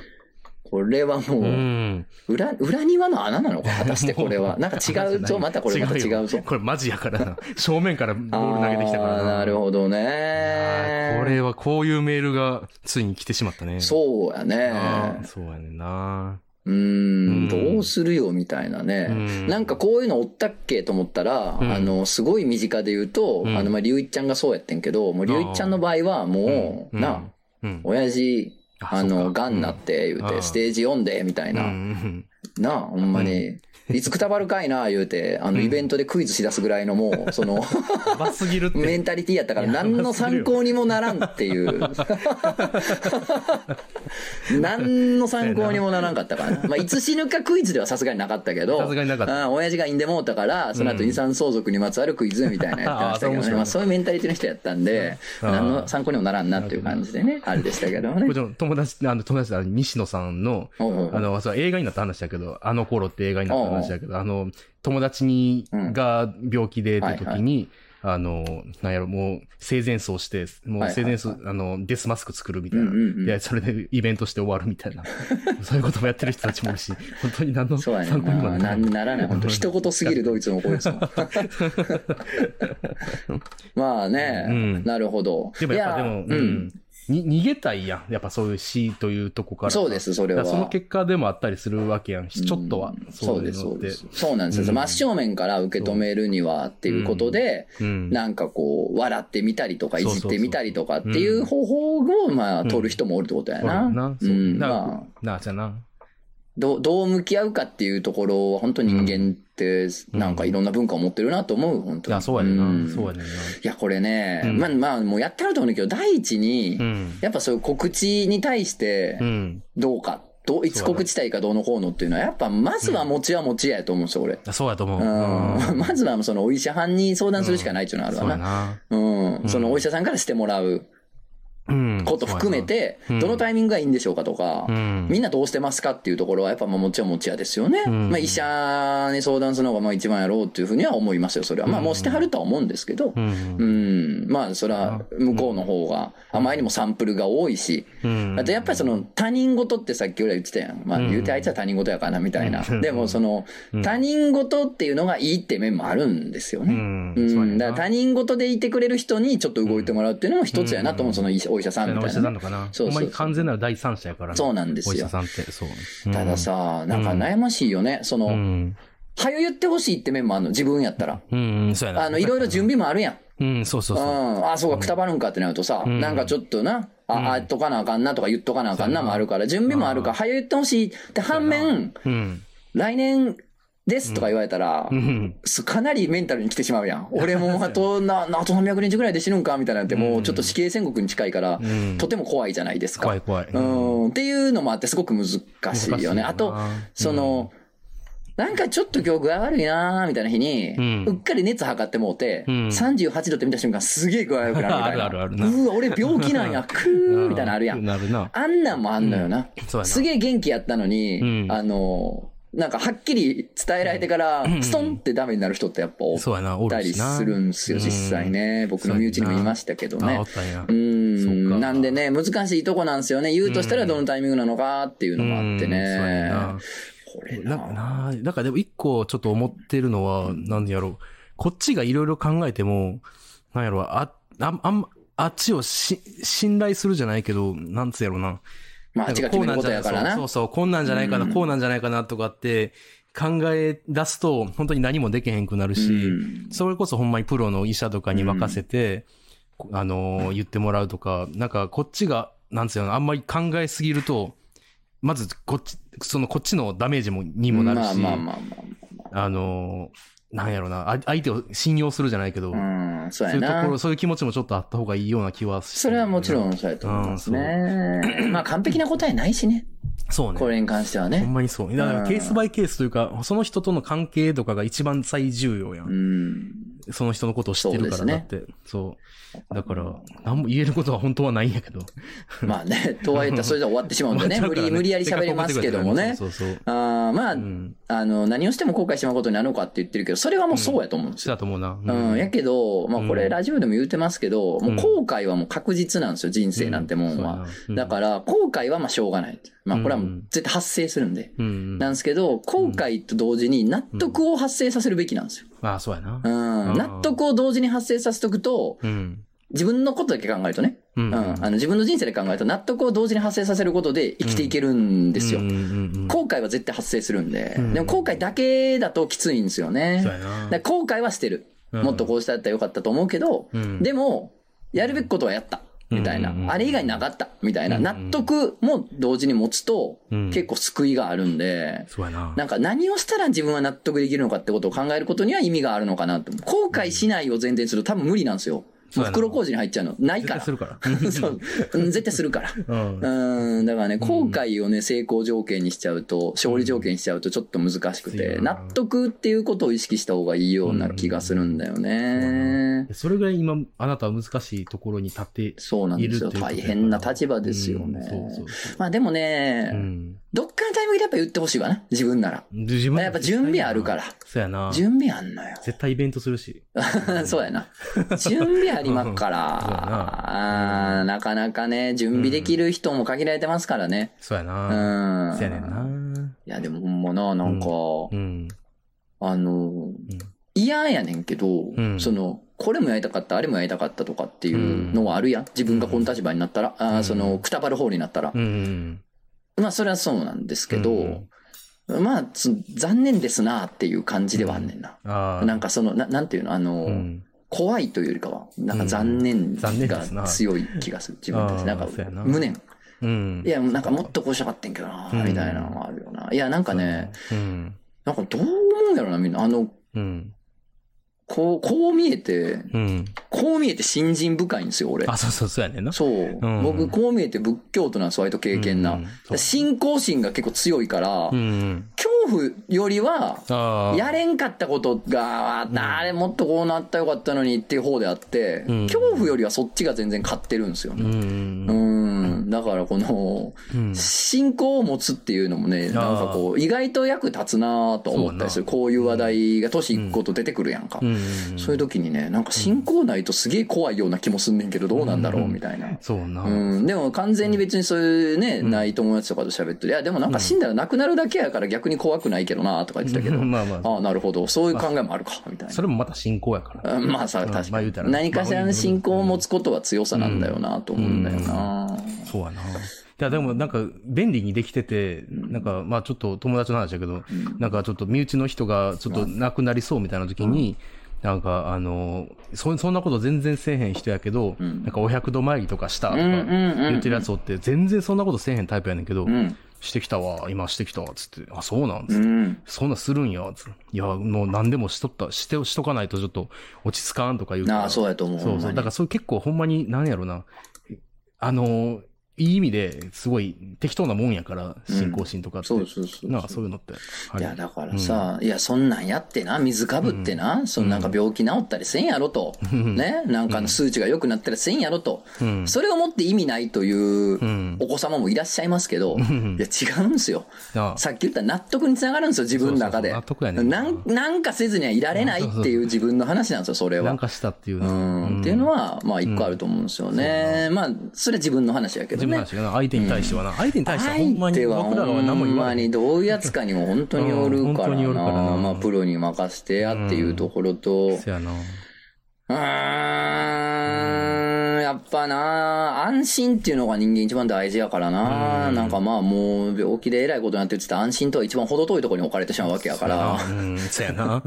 S1: これはもう、
S2: うん。
S1: 裏、裏庭の穴なのか果たしてこれ は。なんか違うぞ、またこれまた違うぞ
S2: よ。これマジやからな。正面からボール投げてきたから
S1: あ
S2: な。
S1: ーなるほど
S2: あー
S1: ね。
S2: これはこういうメールがついに来てしまったね。
S1: そうや
S2: あ
S1: ね
S2: ー。そうやねんな。
S1: うー
S2: うん
S1: ん、どうするよ、みたいなね
S2: うん。
S1: なんかこういうのおったっけと思ったら、
S2: うん
S1: あの、すごい身近で言うと、
S2: ん
S1: あの、まあ、龍一ちゃんがそうやってんけど、もう龍一ちゃんの場合はもう、
S2: うん
S1: な、
S2: うん。
S1: 親父、
S2: あ
S1: あ
S2: そう
S1: の、
S2: か
S1: 癌なって言う
S2: う
S1: て、
S2: ん
S1: ステージ4で、みたいうな。
S2: ん。
S1: なあ、ほんまに。いつくたばるかいな、言うて、あの、イベントでクイズしだすぐらいのもう、その、
S2: やばすぎ るっ
S1: メ
S2: て。
S1: ンタリティやったから何の参考にもならんって いう。何の参考にもならんかったからな。まあ、いつ死ぬかクイズではさすがになかったけど。
S2: さすがになかった
S1: うん親父がんでもうたから、その後遺産相続にまつわるクイズみたいなのやってましたけど
S2: あー面
S1: ね。
S2: 白い
S1: まあ、そういうメンタリティの人やったんで、
S2: うんあー
S1: 何の参考にもならんなっていう感じでね、あれでしたけどもね
S2: こ。れの友達、あの、友達、あの西野さんの、
S1: おうおう
S2: あの、そう映画になった話だけど、あの頃って映画になった話だけど、あの、友達に、
S1: うん
S2: が病気でって
S1: は
S2: 時
S1: い
S2: に、あの、なんやろ、もう、生前葬して、も
S1: は
S2: う
S1: いはい
S2: 生前葬、あの、デスマスク作るみたいな
S1: うんうんうん。
S2: で、それでイベントして終わるみた いな。そういうこともやってる人たちもいるし、本当に何の
S1: そうやね
S2: 参
S1: ん
S2: 考にも
S1: な。
S2: な
S1: な
S2: らない。
S1: ならない。本当一言すぎるドイツもこいつ も。まあね、
S2: うん
S1: なるほど。
S2: でもやっぱで
S1: い
S2: も、
S1: う
S2: うんん。に逃げたいやん。やっぱそういう死というとこから。
S1: そうですそれは
S2: だからその結果でもあったりするわけやん。ちょっとは。
S1: そう
S2: い
S1: です、
S2: の
S1: そ
S2: っ
S1: う
S2: て
S1: です。そうなんですよ。真正面から受け止めるにはっていうことで、
S2: うん。
S1: なんかこう、笑ってみたりとか、い
S2: そうそう
S1: じ
S2: そ
S1: っ
S2: う
S1: てみたりとかっていう方法を、まあ、取る人もおるってことや
S2: そう
S1: な。う、
S2: そうんな
S1: まあ、
S2: なあ、じゃあな。
S1: どう、どう向き合うかっていうところは、本当人間って、なんかいろんな文化を持ってるなと思う、本
S2: い
S1: 当
S2: や、
S1: に。
S2: そうやねん
S1: ん
S2: な。そうやねんな。
S1: いや、これね、
S2: うん
S1: まあまあ、もうやってあると思うんだけど、第一に、
S2: うん。
S1: やっぱそういう告知に対して
S2: う、ん。
S1: どうか、どういつ告知たいかどうのこうのっていうのは、やっぱ、まずは持ちは持ちややと思うんですよ、俺。
S2: あそうやと思う。
S1: うん まずはそのお医者さんに相談するしかないっていうのはある
S2: そう
S1: わ
S2: や
S1: な。
S2: な。
S1: うん。そのお医者さんからしてもらう。
S2: うん
S1: こと含め、て
S2: うん、
S1: どのタイミングがいいんでしょうかとか
S2: う、ん、
S1: みんなどうしてますかっていうところは、やっぱまあもちろん持ち家ですよね。
S2: うん
S1: まあ医者に相談するのがまあ一番やろうっていうふうには思いますよ、それは。まあ
S2: うん
S1: もうしてはるとは思うんですけど
S2: う、ん、
S1: うん、まあそれは向こうの方が、あまりにもサンプルが多いし、
S2: うん
S1: あとやっぱりその他人事ってさっき俺は言ってたやん。まあ
S2: うん
S1: 言うてあいつは他人事やからなみたいな
S2: う。ん
S1: でもその
S2: うん
S1: 他人事っていうのがいいって面もあるんですよ
S2: う
S1: ね。
S2: ん、
S1: う
S2: そうや
S1: ん。だ
S2: な
S1: から他人事でいてくれる人にちょっと動いてもらうっていうのも一つやなと思う、
S2: うん
S1: その医者お医者さんみ
S2: お
S1: た
S2: 医
S1: い
S2: 者さん
S1: なね。
S2: のかな。
S1: そうそうそう
S2: お前完全なる第三者やからな
S1: そうなんですよ
S2: お医者さんって、そう。うん
S1: ただ、さ、なんか悩ましいよね。そうの、
S2: ん。
S1: 早言ってほしいって面もあるの、自分やったら。
S2: うん、そうやな。
S1: あの、いろいろ準備もあるやん。
S2: うん、そうそう
S1: う
S2: そう。
S1: ん。あ、そうか、くたばるんかってなるとさ、
S2: うん
S1: なんかちょっとな、
S2: うん
S1: あ、あっとかなあかんなとか言っとかなあかんなもあるから、準備もあるから、早言ってほしいって反面、
S2: うん。
S1: 来年ですとか言われたら
S2: う、ん。
S1: すかなりメンタルに来てしまうやん。俺もあとな、なあと300日ぐらいで死ぬんかみたいなんて、もうちょっと死刑宣告に近いから、
S2: うん
S1: とても怖いじゃないですか。
S2: 怖い怖い。
S1: うん、っていうのもあって、すごく難しいよね。あと、そ、の、なんかちょっと今日具合悪いなーみたいな日に、う
S2: うん
S1: っかり熱測ってもうて、
S2: うん
S1: 38度って見た瞬間すげえ具合悪くなるみたいな。
S2: あるあるあるな
S1: うわ、俺病気なんや、くーみたいなのあるやん。
S2: なるな。
S1: あんなんもあんのよな。
S2: そうやな。
S1: すげえ元気やったのに、
S2: うん
S1: あの、なんかはっきり伝えられてから、ストンってダメになる人ってやっぱ多
S2: そうやな、お
S1: いた
S2: る
S1: り
S2: しな。
S1: するんですよ、
S2: うん
S1: 実際ね。僕の身内にもいましたけど
S2: あ、
S1: ね
S2: おっ。たんや
S1: う。ん
S2: そうか
S1: なんでね、難しいとこなんですよね。言うとしたらどのタイミングなのかっていうのもあって
S2: うんそうや
S1: ね。
S2: な
S1: これ
S2: な
S1: な。
S2: ななんかでも一個ちょっと思ってるのは、なんやろう。こっちがいろいろ考えても、なんやろう、あ、ああん、あっちをし、信頼するじゃないけど、なんつうやろうな。
S1: まあ、あっちが決めることや
S2: な
S1: から
S2: い
S1: な。
S2: そうそう、こんなんじゃないかな、こうなんじゃないかなとかって考え出すと、本当に何もできへんくなるし、
S1: うん
S2: それこそほんまにプロの医者とかに任せて、あのー言ってもらうとか、なんかこっちが、なんつうの、あんまり考えすぎると、まずこっち、そのこっちのダメージもにもなるし、
S1: まあまあまあま
S2: あのーなんやろな、あ相手を信用するじゃないけど、
S1: あ。うん、そう
S2: そうい
S1: や
S2: うとこ
S1: な
S2: ろ、。そういう気持ちもちょっとあった方がいいような気はして
S1: それはもちろ。んそうやと思いますね。まあ、完璧な答えないしね。
S2: そうね。
S1: これに関しては
S2: ほん
S1: ね。
S2: まにそう。だか
S1: うん
S2: らケースバイケースというか、その人との関係とかが一番最重要や。
S1: うんん。
S2: その人のことを知ってるか
S1: そ
S2: ら
S1: うです
S2: だっ
S1: ね
S2: て。そう。だから、何も言えることは本当はないんやけど。
S1: まあね、とはいったらそれじゃ終わってしまうん でね。
S2: 終わ
S1: 無
S2: っちゃうから
S1: 理、無理やり喋りますけどもね。
S2: そうそうそう。
S1: あーまあ、
S2: うん。
S1: あの、何をしても後悔してしまうことになるのかって言ってるけど、それはもうそうやと思うんです
S2: そうだ
S1: よ。
S2: と思うな。
S1: うん、やけど、まあこ
S2: う
S1: れ
S2: ん
S1: ラジオでも言うてますけど、
S2: ん、
S1: もう後悔はもう確実なんですよ、人生なんてもんは。だからら、後悔はまあしょうがない。まあこれはもう絶対発生するんで。
S2: うん。
S1: なんですけど、後悔と同時に納得を発生させるべきなんですよ。
S2: ああ、そうやな
S1: う。ん。
S2: うん
S1: 納得を同時に発生させておくと、
S2: うん。
S1: 自分のことだけ考えるとね、
S2: う
S1: うん。
S2: ん
S1: あの、自分の人生で考えると、納得を同時に発生させることで生きていけるんですよ。
S2: うんうんうん。
S1: 後悔は絶対発生するんで、
S2: うん
S1: でも後悔だけだときついんですよね。
S2: そうやな。
S1: だから後悔はしてる。
S2: うん
S1: もっとこうしたらよかったと思うけど、
S2: うん
S1: でも、やるべきことはやった。みたいな、
S2: うん
S1: あれ以外なかった。みたいな。
S2: うん
S1: 納得も同時に持つと、
S2: うん
S1: 結構救いがあるんで、
S2: そうやな。
S1: なんか何をしたら自分は納得できるのかってことを考えることには意味があるのかなと。後悔しないを前提にすると多分無理なんですよ。
S2: そうやな
S1: 袋小路に入っちゃうの。ない
S2: 絶
S1: か
S2: 対
S1: ら。
S2: す
S1: そう
S2: るから。
S1: うん絶対するから。
S2: うん。
S1: うん、だからね、後悔をね、成功条件にしちゃうと、勝利条件にしちゃうとちょっと難しくて、
S2: うん
S1: 納得っていうことを意識した方がいいような気がするんだよね。
S2: それぐらい今、あなたは難しいところに立って、
S1: そうなんですよ。
S2: いるということ
S1: 大
S2: やから
S1: 変な立場ですよ
S2: う
S1: ね
S2: ん。そうそうそう
S1: まあでもね、
S2: うん。
S1: どっかのタイミングでやっぱ言ってほしいわな、自分なら。
S2: で自分
S1: やっぱ準備あるから。
S2: そうやな。
S1: 準備あんのよ。
S2: 絶対イベントするし。
S1: そうや な。準備ありまっから。
S2: そうや
S1: あ
S2: な
S1: ーなかなかね、準備できる人も限られてますからね。
S2: そうや
S1: う
S2: な。
S1: ん。
S2: そうやねんな。
S1: いや、でもほんまな、なんか、
S2: うん。
S1: あの、嫌やねんけど、
S2: ん
S1: その、これもやりたかった、あれもやりたかったとかっていうのはあるやん。自分がこの立場になったら、あ
S2: う
S1: ー
S2: ん
S1: その、くたばる方になったら
S2: う。ん。
S1: まあ、それはそうなんですけ
S2: う
S1: ど
S2: ん、
S1: まあ、つ残念ですなっていう感じではあんねんな。
S2: ああ。
S1: なんかその、ななんていうの、あの、
S2: うん、
S1: 怖いというよりかは、なんか残念
S2: 残念です
S1: が
S2: な
S1: 強い気がする。自分たち。
S2: あー
S1: なんか
S2: そうやな、
S1: 無念。
S2: うん。
S1: いや、なんかもっとこうしたかったんけどな、
S2: うん
S1: みたいなのもあるよな。いや、なんかね、
S2: うん。
S1: なんかどう思うんやろな、みんな。あの、
S2: うん。
S1: こう、こう見えて、
S2: うん。
S1: こう見えて信心深いんですよ、俺。
S2: あ、そうそう、そうやねんな。
S1: そう。
S2: うん
S1: 僕、こう見えて仏教徒なんです、割と経験な。
S2: うん
S1: だから信仰心が結構強いから、
S2: うん。
S1: 教婦よりは、
S2: ああ。
S1: やれんかったことが、ああれもっとこうなったらよかったのにっていう方であって、
S2: ん
S1: 恐怖よりはそっちが全然勝ってるんですよ
S2: う
S1: ね。
S2: ん
S1: う。ん。だからこの、
S2: うん。
S1: 信仰を持つっていうのもね、なんかこう、意外と役立つなと思ったりする。こういう話題が年いくこと出てくるやんか。
S2: うん。
S1: そういう時にね、なんか信仰ないとすげえ怖いような気もすんねんけど、どうなんだろうみたいな。
S2: そうな。
S1: うん、でも完全に別にそういうね、ない友達とかと喋ってる。いや、でもなんか死んだらなくなるだけやから逆に怖くないけどなとか言ってたけど、
S2: まあまあ。
S1: ああ、なるほど。そういう考えもあるか、みたいな
S2: そ。れもまた信仰やから。
S1: うんまあさ、
S2: うん
S1: 確
S2: ま
S1: か
S2: あ
S1: に
S2: 言うた。ら
S1: 何かしらの信仰を持つことは強さなんだよなと思うんだよな。
S2: そうやな。いや、でもなんか、便利にできてて、なんか、まあちょっと友達の話だけど、なんかちょっと身内の人がちょっと亡くなりそうみたいな時に、なんか、あの、そそんなこと全然せえへん人やけど、なんかお百度参りとかしたとか
S1: うんうんうんうん
S2: 言ってるやつおって、全然そんなことせえへんタイプやねんけど
S1: う、ん。
S2: してきたわ、今してきたわ、つって、あ、そうなん
S1: う
S2: つって。
S1: ん。
S2: そんなんするんや、つっていや、もう何でもしとった、して、しとかないとちょっと落ち着かんとか言うから
S1: ああ、そうやと思う。。
S2: そうそう。だかららそれ結構ほんまに、なんやろな。あのー、いい意味ですごい適当なもんやから、信仰心とかって。
S1: そうそうそう。
S2: なあ、そういうのって。はい
S1: や、だからさ、いや、そんなんやってな、水かぶってな、そのなんか病気治ったりせんやろと、ね、なんかあの数値が良くなったりせんやろと、
S2: ん
S1: それをもって意味ないというんお子様もいらっしゃいますけど、いや、違うんですよ。
S2: なあ
S1: さっき言った納得につながるんですよ、自分の中で。
S2: そうそうそう納得やねん
S1: なんなんかせずにはいられないっていう自分の話なんですよ、それ
S2: なん
S1: は。
S2: かしたっていう
S1: う
S2: の
S1: ん、っていうのは、まあ、一個あると思うんですよね。まあ、それは自分の話やけど
S2: 自
S1: ね。
S2: 分の話がな、相手に対してはな、相手に対してはほんま
S1: 相
S2: に、
S1: 手は
S2: 僕らは何も
S1: ほ
S2: 言
S1: ん
S2: わ
S1: ま
S2: ない。
S1: にどういうやつかにも本当によるか
S2: うん本当
S1: ら
S2: によるからな
S1: な。まあ、プロに任せてやっていうところと、う
S2: そやな。
S1: ーん、やっぱな、安心っていうのが人間一番大事やからな。なんかまあ、もう病気で偉いことになって言ってたら安心とは一番程遠いところに置かれてしまうわけやから。
S2: うん、そやな。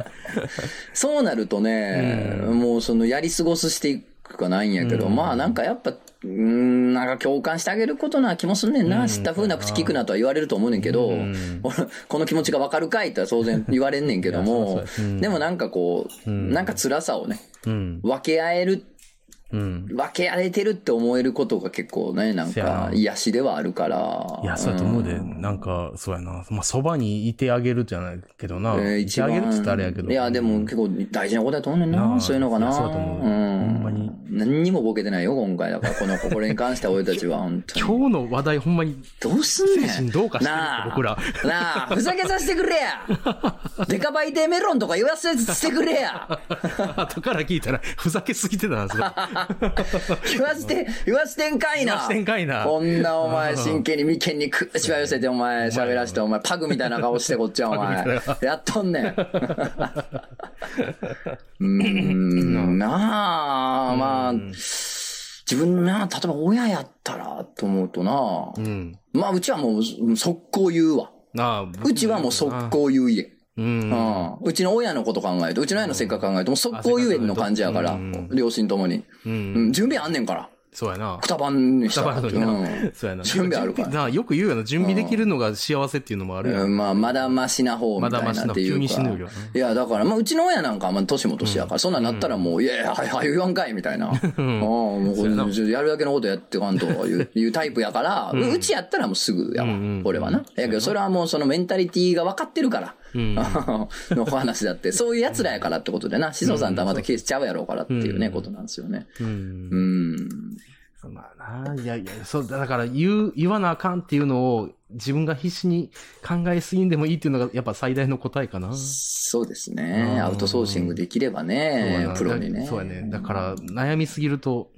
S1: そうなるとね、もうそのやり過ごすしていくかないんやけど、まあなんかやっぱ、うーん、なんか共感してあげることな気もすんねんな、知った風な口聞くなとは言われると思うねんけど、この この気持ちがわかるかいっては当然言われんねんけど
S2: い
S1: も
S2: やそうそうう、ん
S1: でもなんかこう、なんか辛さをね、
S2: うん、
S1: 分け合える、
S2: うん。
S1: 分け合えてるって思えることが結構ね、なん
S2: せや
S1: か
S2: な
S1: 癒しではあるから。
S2: いや、そうやと思うで。
S1: ん
S2: なんか、そうやな。まあ、そばにいてあげるじゃないけどな。
S1: えー
S2: いてあげるって言ったらあれやけど。
S1: いや、でも結構大事なことやと思うねん
S2: な
S1: な、
S2: あ
S1: そういうのかな。。
S2: そうやと思うんほんまに
S1: 何にもボケてないよ、今回。だから、この、これに関しては俺た ちは、本当に。
S2: 今日の話題ほんまに、
S1: どうすんねん。
S2: 精神どうかしてる
S1: なあ
S2: 僕ら。
S1: なあ、ふざけさせてくれ やデカバイデメロンとか言わせてくれ や
S2: 後から聞いたら、ふざけすぎてたな、それ。
S1: 言わせて、言わせてんかいな
S2: 言わせてんかいな
S1: こんなお前、真剣に眉間にくっしわ寄せて、お前、喋らせて、お前、パグみたいな顔して、こっちは、お
S2: パグみ
S1: 前
S2: たい。
S1: やっとんねん。うーん、なあ、まあ、自分な、例えば親やったら、と思うとな、
S2: うん。
S1: まあ、うちはもう、速攻言うわ。
S2: ああ、
S1: うちはもう速攻言う家。
S2: うん。
S1: うんうちの親のこと考えて、うちの親の性格考えて、もう速攻ゆえんの感じやから、両親ともに。
S2: う。
S1: うんん、準備あんねんから。
S2: そうや な
S1: く。たばんにしたら。
S2: くたばんのに
S1: うん
S2: そうやな。
S1: 準備あるから
S2: なよく言うよな。準備できるのが幸せっていうのもあるよ。
S1: うんまあ、まだましな方みたいなっていうか。
S2: まだマシな急に死ぬよりはね
S1: いや、だから、まあ、うちの親なんか、まあ、年も年やから、そんなんなったらもう、いやいや、はいはい、言わんかい、みた いな。ああ、もうこれ、やるだけのことやってかんという、いうタイプやから、ううちやったらもうすぐやわ
S2: うんうん、
S1: 俺はな。やけど、それはもう、そのメンタリティが分かってるから、 の話だって、そういう奴らやからってことでな、志尊さんとはまたケースちゃうやろうからっていうね、ことなんですよね。
S2: うん。
S1: うん。
S2: まあな。いやいや、そう、だから言う、言わなあかんっていうのを、自分が必死に考えすぎんでもいいっていうのが、やっぱ最大の答えかな。
S1: そうですね。
S2: うん
S1: アウトソーシングできればね、プロにね。
S2: そうやね。だから、悩みすぎると、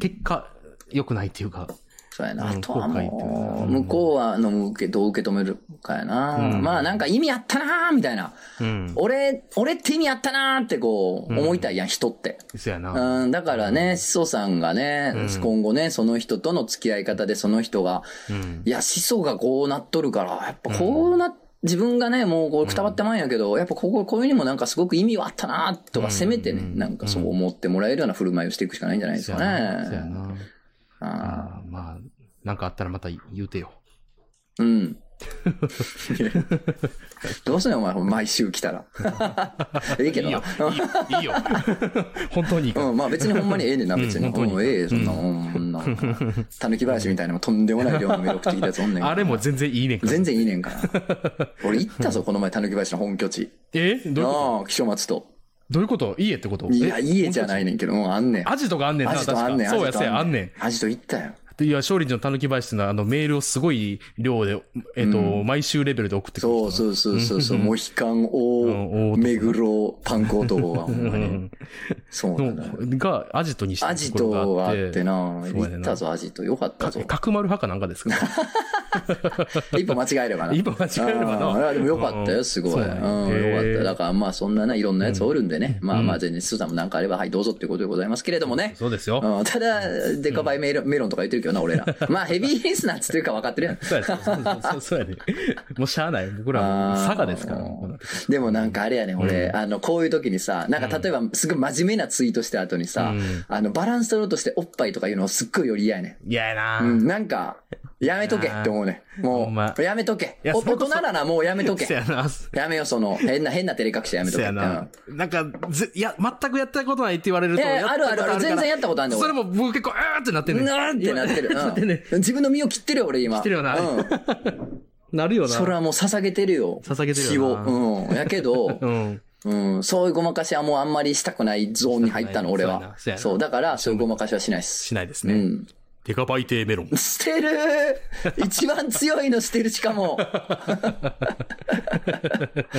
S2: 結果、良くないっていうか。
S1: そうやな。
S2: うん
S1: あとは
S2: 後悔っていうか
S1: も
S2: う
S1: う、
S2: ん
S1: 向こうは、あの、受け、どう受け止めるかやな。
S2: うん
S1: まあ、なんか意味あったなーみたいな。
S2: うん。
S1: 俺、俺って意味あったなーってこう、思いたいやん、人って。
S2: そうやな。
S1: うん、だからね、シソさんがね、今後ね、その人との付き合い方でその人が、
S2: うん。
S1: いや、シソがこうなっとるから、やっぱこうな、自分がね、もうこうくたばってまんやけど、やっぱここ、こういうにもなんかすごく意味はあったなーとか、せめてね、なんかそう思ってもらえるような振る舞いをしていくしかないんじゃないですか
S2: そう
S1: ね。
S2: やな。そうやな。
S1: あー
S2: あーまあ、なんかあったらまた言うてよ。
S1: うん。 どうすんねん、お前、毎週来 たら。ええけ
S2: い
S1: ど
S2: いよ
S1: な。。
S2: いいいいよ。本当にいいから
S1: うん、まあ別にほんまにええねんな、別に。
S2: うん本当に
S1: うんええ、そんな、うん、そんな。たぬき林みたいなのもとんでもない量の魅力的なやつおんねんから
S2: あれも全然いいねんから。
S1: 全然いいねんから。俺行ったぞ、この前、たぬき林の本拠地。
S2: えどういうこと
S1: ああ、木曽松と。
S2: どういうこといいえってこと
S1: いや、
S2: え
S1: 家じゃないねんけど、うん、あんねん。
S2: アジトがあんねんな、
S1: アジ
S2: 確
S1: トあんね
S2: か。
S1: ん、
S2: そう
S1: ア
S2: や、
S1: ジ
S2: そう
S1: ト
S2: や、あんねん。
S1: アジト行ったよ。
S2: でいや、勝利寺のたぬき林のあのメールをすごい量で、えっ、と、毎週レベルで送ってくる人
S1: そうそうそうそうそう、モヒカン、
S2: ん
S1: 大、
S2: 大
S1: 目黒、パンコ男が、ほんまに。そうなんだよ。
S2: のが、アジトにして
S1: ア
S2: る
S1: ジ
S2: ところ
S1: ト
S2: が
S1: が
S2: あ
S1: あ
S2: っ。
S1: っててな、
S2: そうやね
S1: 行
S2: ん
S1: っ
S2: な
S1: たぞ、アジト。よかった
S2: か
S1: ぞ。
S2: 角丸派かなんかですか
S1: 一歩間違えればな。
S2: 一歩間違えればな
S1: あーでもよかった
S2: う
S1: よ、
S2: ん
S1: すごい。
S2: そううだね
S1: ん、よかっ
S2: へ
S1: た。
S2: ー
S1: だからまあ、そんなな、いろんなやつおるんでね。まあまあ、全然、スーさんもなんかあれば、はい、どうぞっていうことでございますけれどもね。
S2: そうですよ。
S1: うん、ただ、デカバイメロンメロンとか言ってるけどな、俺 ら。まあ、ヘビーリスナーっつってるか分かってるやん。
S2: そうや、そうそうそうそうやね。もうしゃあない。僕らもう佐賀ですから。
S1: あー
S2: こうなってくる
S1: でもなんかあれやね、俺、あの、こういう時にさ、なんか例えばすごい真面目なツイートした後にさ、
S2: うん
S1: あの、バランス取ろうとしておっぱいとか言うのすっごいより嫌やね
S2: 嫌やな、
S1: ん。うん、なんか、やめとけって思うねん。も
S2: ほんま
S1: う、やめとけ。
S2: いや
S1: お
S2: それ
S1: 大
S2: こ
S1: 人
S2: そ
S1: ならもうやめとけ
S2: せ。やな。
S1: やめよ、その、変な、変な照れ隠しやめと
S2: せ
S1: け。
S2: やな。なんか、ぜ、いや、全くやったことないって言われる
S1: い
S2: と。
S1: やいや
S2: やったこ
S1: ある
S2: と
S1: あるある
S2: から
S1: 全然やったことあんねん
S2: それも僕結構、あーってなって
S1: う
S2: る
S1: ん。
S2: ね。
S1: なーってなって る。
S2: なってね
S1: うん自分の身を切ってるよ、俺今。切
S2: ってるよな
S1: うん。
S2: なるよな。
S1: それはもう捧げてるよ。
S2: 捧げてる
S1: 血
S2: よ
S1: を。う
S2: な
S1: ん。やけど、
S2: うん。
S1: うん、そういうごまかしはもうあんまりしたくないゾーンに入ったの、俺は。
S2: そうやな
S1: そう、だから、そういうごまかしはしないっす。
S2: しないです
S1: う
S2: ね。
S1: ん。
S2: デカバイテーメロン。
S1: してる一番強いのしてる、しか も。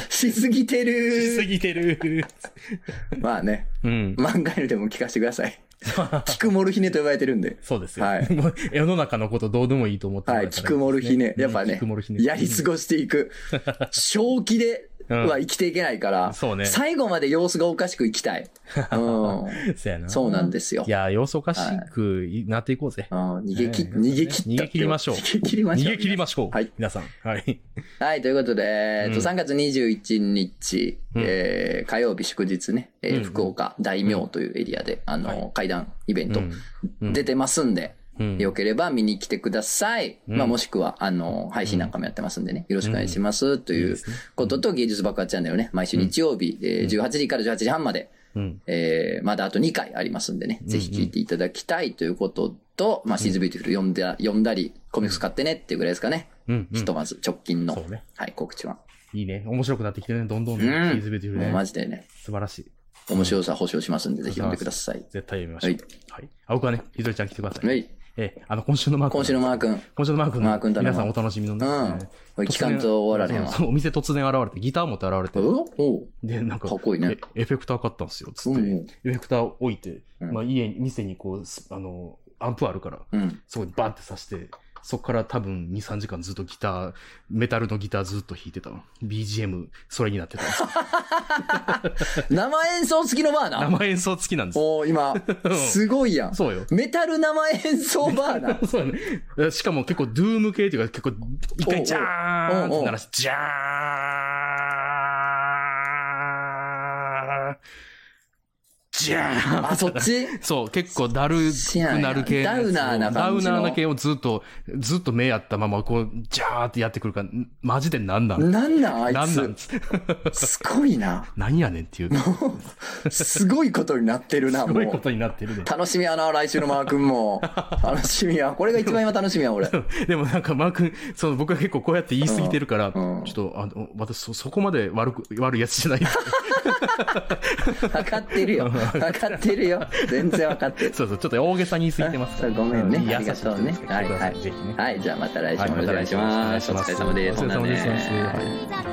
S1: しすぎてる
S2: ぎてる。
S1: まあね、
S2: うん。
S1: 漫画よりでも聞かせてください。キクモルヒネと呼ばれてるんで。
S2: そうですよ。
S1: は
S2: はいい。もう世の中のことどうでもいいと思っても
S1: は
S2: らえ
S1: い、
S2: た
S1: キ
S2: ら
S1: クモルヒネ。やっぱ
S2: キ
S1: ね
S2: クモルヒ、ネ
S1: やり過ごしていく。正気では生きていけないから、
S2: んそうね
S1: 最後まで様子がおかしく生きたい。う
S2: そうやな。
S1: ん、そうなんですよ
S2: い。や、様子おかしくなっていこうぜ。
S1: ああ逃げき、
S2: はい
S1: 逃げ切ったっていう。
S2: 逃げ切りましょう
S1: 逃げ切りまし
S2: 逃
S1: ょう。
S2: げ切りましょう。
S1: はい
S2: 皆さん。はい。
S1: はい、ということで、えっと、
S2: うん
S1: 3月21日、えー火曜日祝日ね、えー
S2: うん
S1: 福岡大名というエリアで、あの、
S2: はい
S1: 会談イベン
S2: う
S1: ト
S2: ん
S1: 出てますんで、
S2: うん
S1: よければ見に来てください。
S2: ん
S1: まあ、もしくは、あの、配信なんかもやってますんでね、よろしくお願いします。ということと、芸術爆発チャンネルね、毎週日曜日、えー18時から18時半まで、
S2: うん。
S1: えーまだあと2回ありますんでね、ぜひ聞いていただきたいということと、まあ、シーズビューティフル読んだ読んだり、コミックス買ってねっていうぐらいですかね。
S2: うん。う
S1: ひ
S2: ん
S1: とまず直近の、
S2: そうね
S1: はい、告知は。
S2: いいね。面白くなってきてるね。どんどんね。
S1: う
S2: シ
S1: ん
S2: ーズベティフル
S1: もうマ
S2: ね。
S1: ジでね、
S2: 素晴らしい。
S1: 面白さ保証しますんで、ぜひ読んでください。
S2: 絶対読みましょう。はい。あ、僕はね、ひとりちゃん来てください。
S1: はい。
S2: え、あの、今週のマーク。
S1: 今週のマー君。
S2: 今週のマー君の
S1: マー君だな
S2: 皆さんお楽しみのね。
S1: うん
S2: ね
S1: おい聞かんと終わられへんわ
S2: そうそうお店突然現れて、ギター持って現れて、
S1: おお
S2: で、なんか、
S1: かっこいいね
S2: えエフェクター買ったんですよ、つって。
S1: うんうん
S2: エフェクター置いて、
S1: うん
S2: まあ家に、店にこう、すあの、アンプあるから、
S1: うん。
S2: そこにバンって刺して、そこから多分2、3時間ずっとギター、メタルのギターずっと弾いてたの BGM、それにな ってたんですよ。
S1: 生演奏付きのバーナ
S2: 生演奏付きなんですよ。
S1: おお今、すごいやん。
S2: そうよ。
S1: メタル生演奏バーナ
S2: そうやね。しかも結構ドゥーム系というか結構一
S1: おうおう
S2: 回ジャーンって鳴らし、ジャーンジャーン
S1: あ、そっち
S2: そう、結構だるくなる系のやつを
S1: ダウナーな感じの
S2: ダウナーな系をずっと、ずっと目やったまま、こう、ジャーってやってくるから、んマジでなんなん
S1: なんなんあ
S2: ないんなん
S1: つ。すごいな。
S2: 何やねん っていう。
S1: すごいことになってるな、
S2: す
S1: も
S2: ごいうこ。とになってるね。
S1: 楽しみやな、来週のマー君も。楽しみや。これが一番今楽しみや、俺。
S2: でもなんか、マー君、その僕は結構こうやって言い過ぎてるから、ち
S1: うんう
S2: ょ
S1: ん
S2: っと、あの、私そ、そこまで悪く、悪いや つじゃない。
S1: 分かってるよ。分かってるよ。全然分かってる。
S2: そうそう、ちょっと大げさに言い過ぎてます
S1: そうごめんね。
S2: いい
S1: ありがとうね
S2: 優しい。人です
S1: はい、
S2: けど
S1: は
S2: ぜひ
S1: い。
S2: ね
S1: はい、じゃあまた来週
S2: はい
S1: もお
S2: また
S1: 願い
S2: 来
S1: し
S2: 週もお
S1: ま
S2: 願い
S1: す。
S2: し
S1: お
S2: ま
S1: 疲
S2: す
S1: れ様です。
S2: お疲れ様です
S1: ほんならね
S2: は
S5: 「
S2: い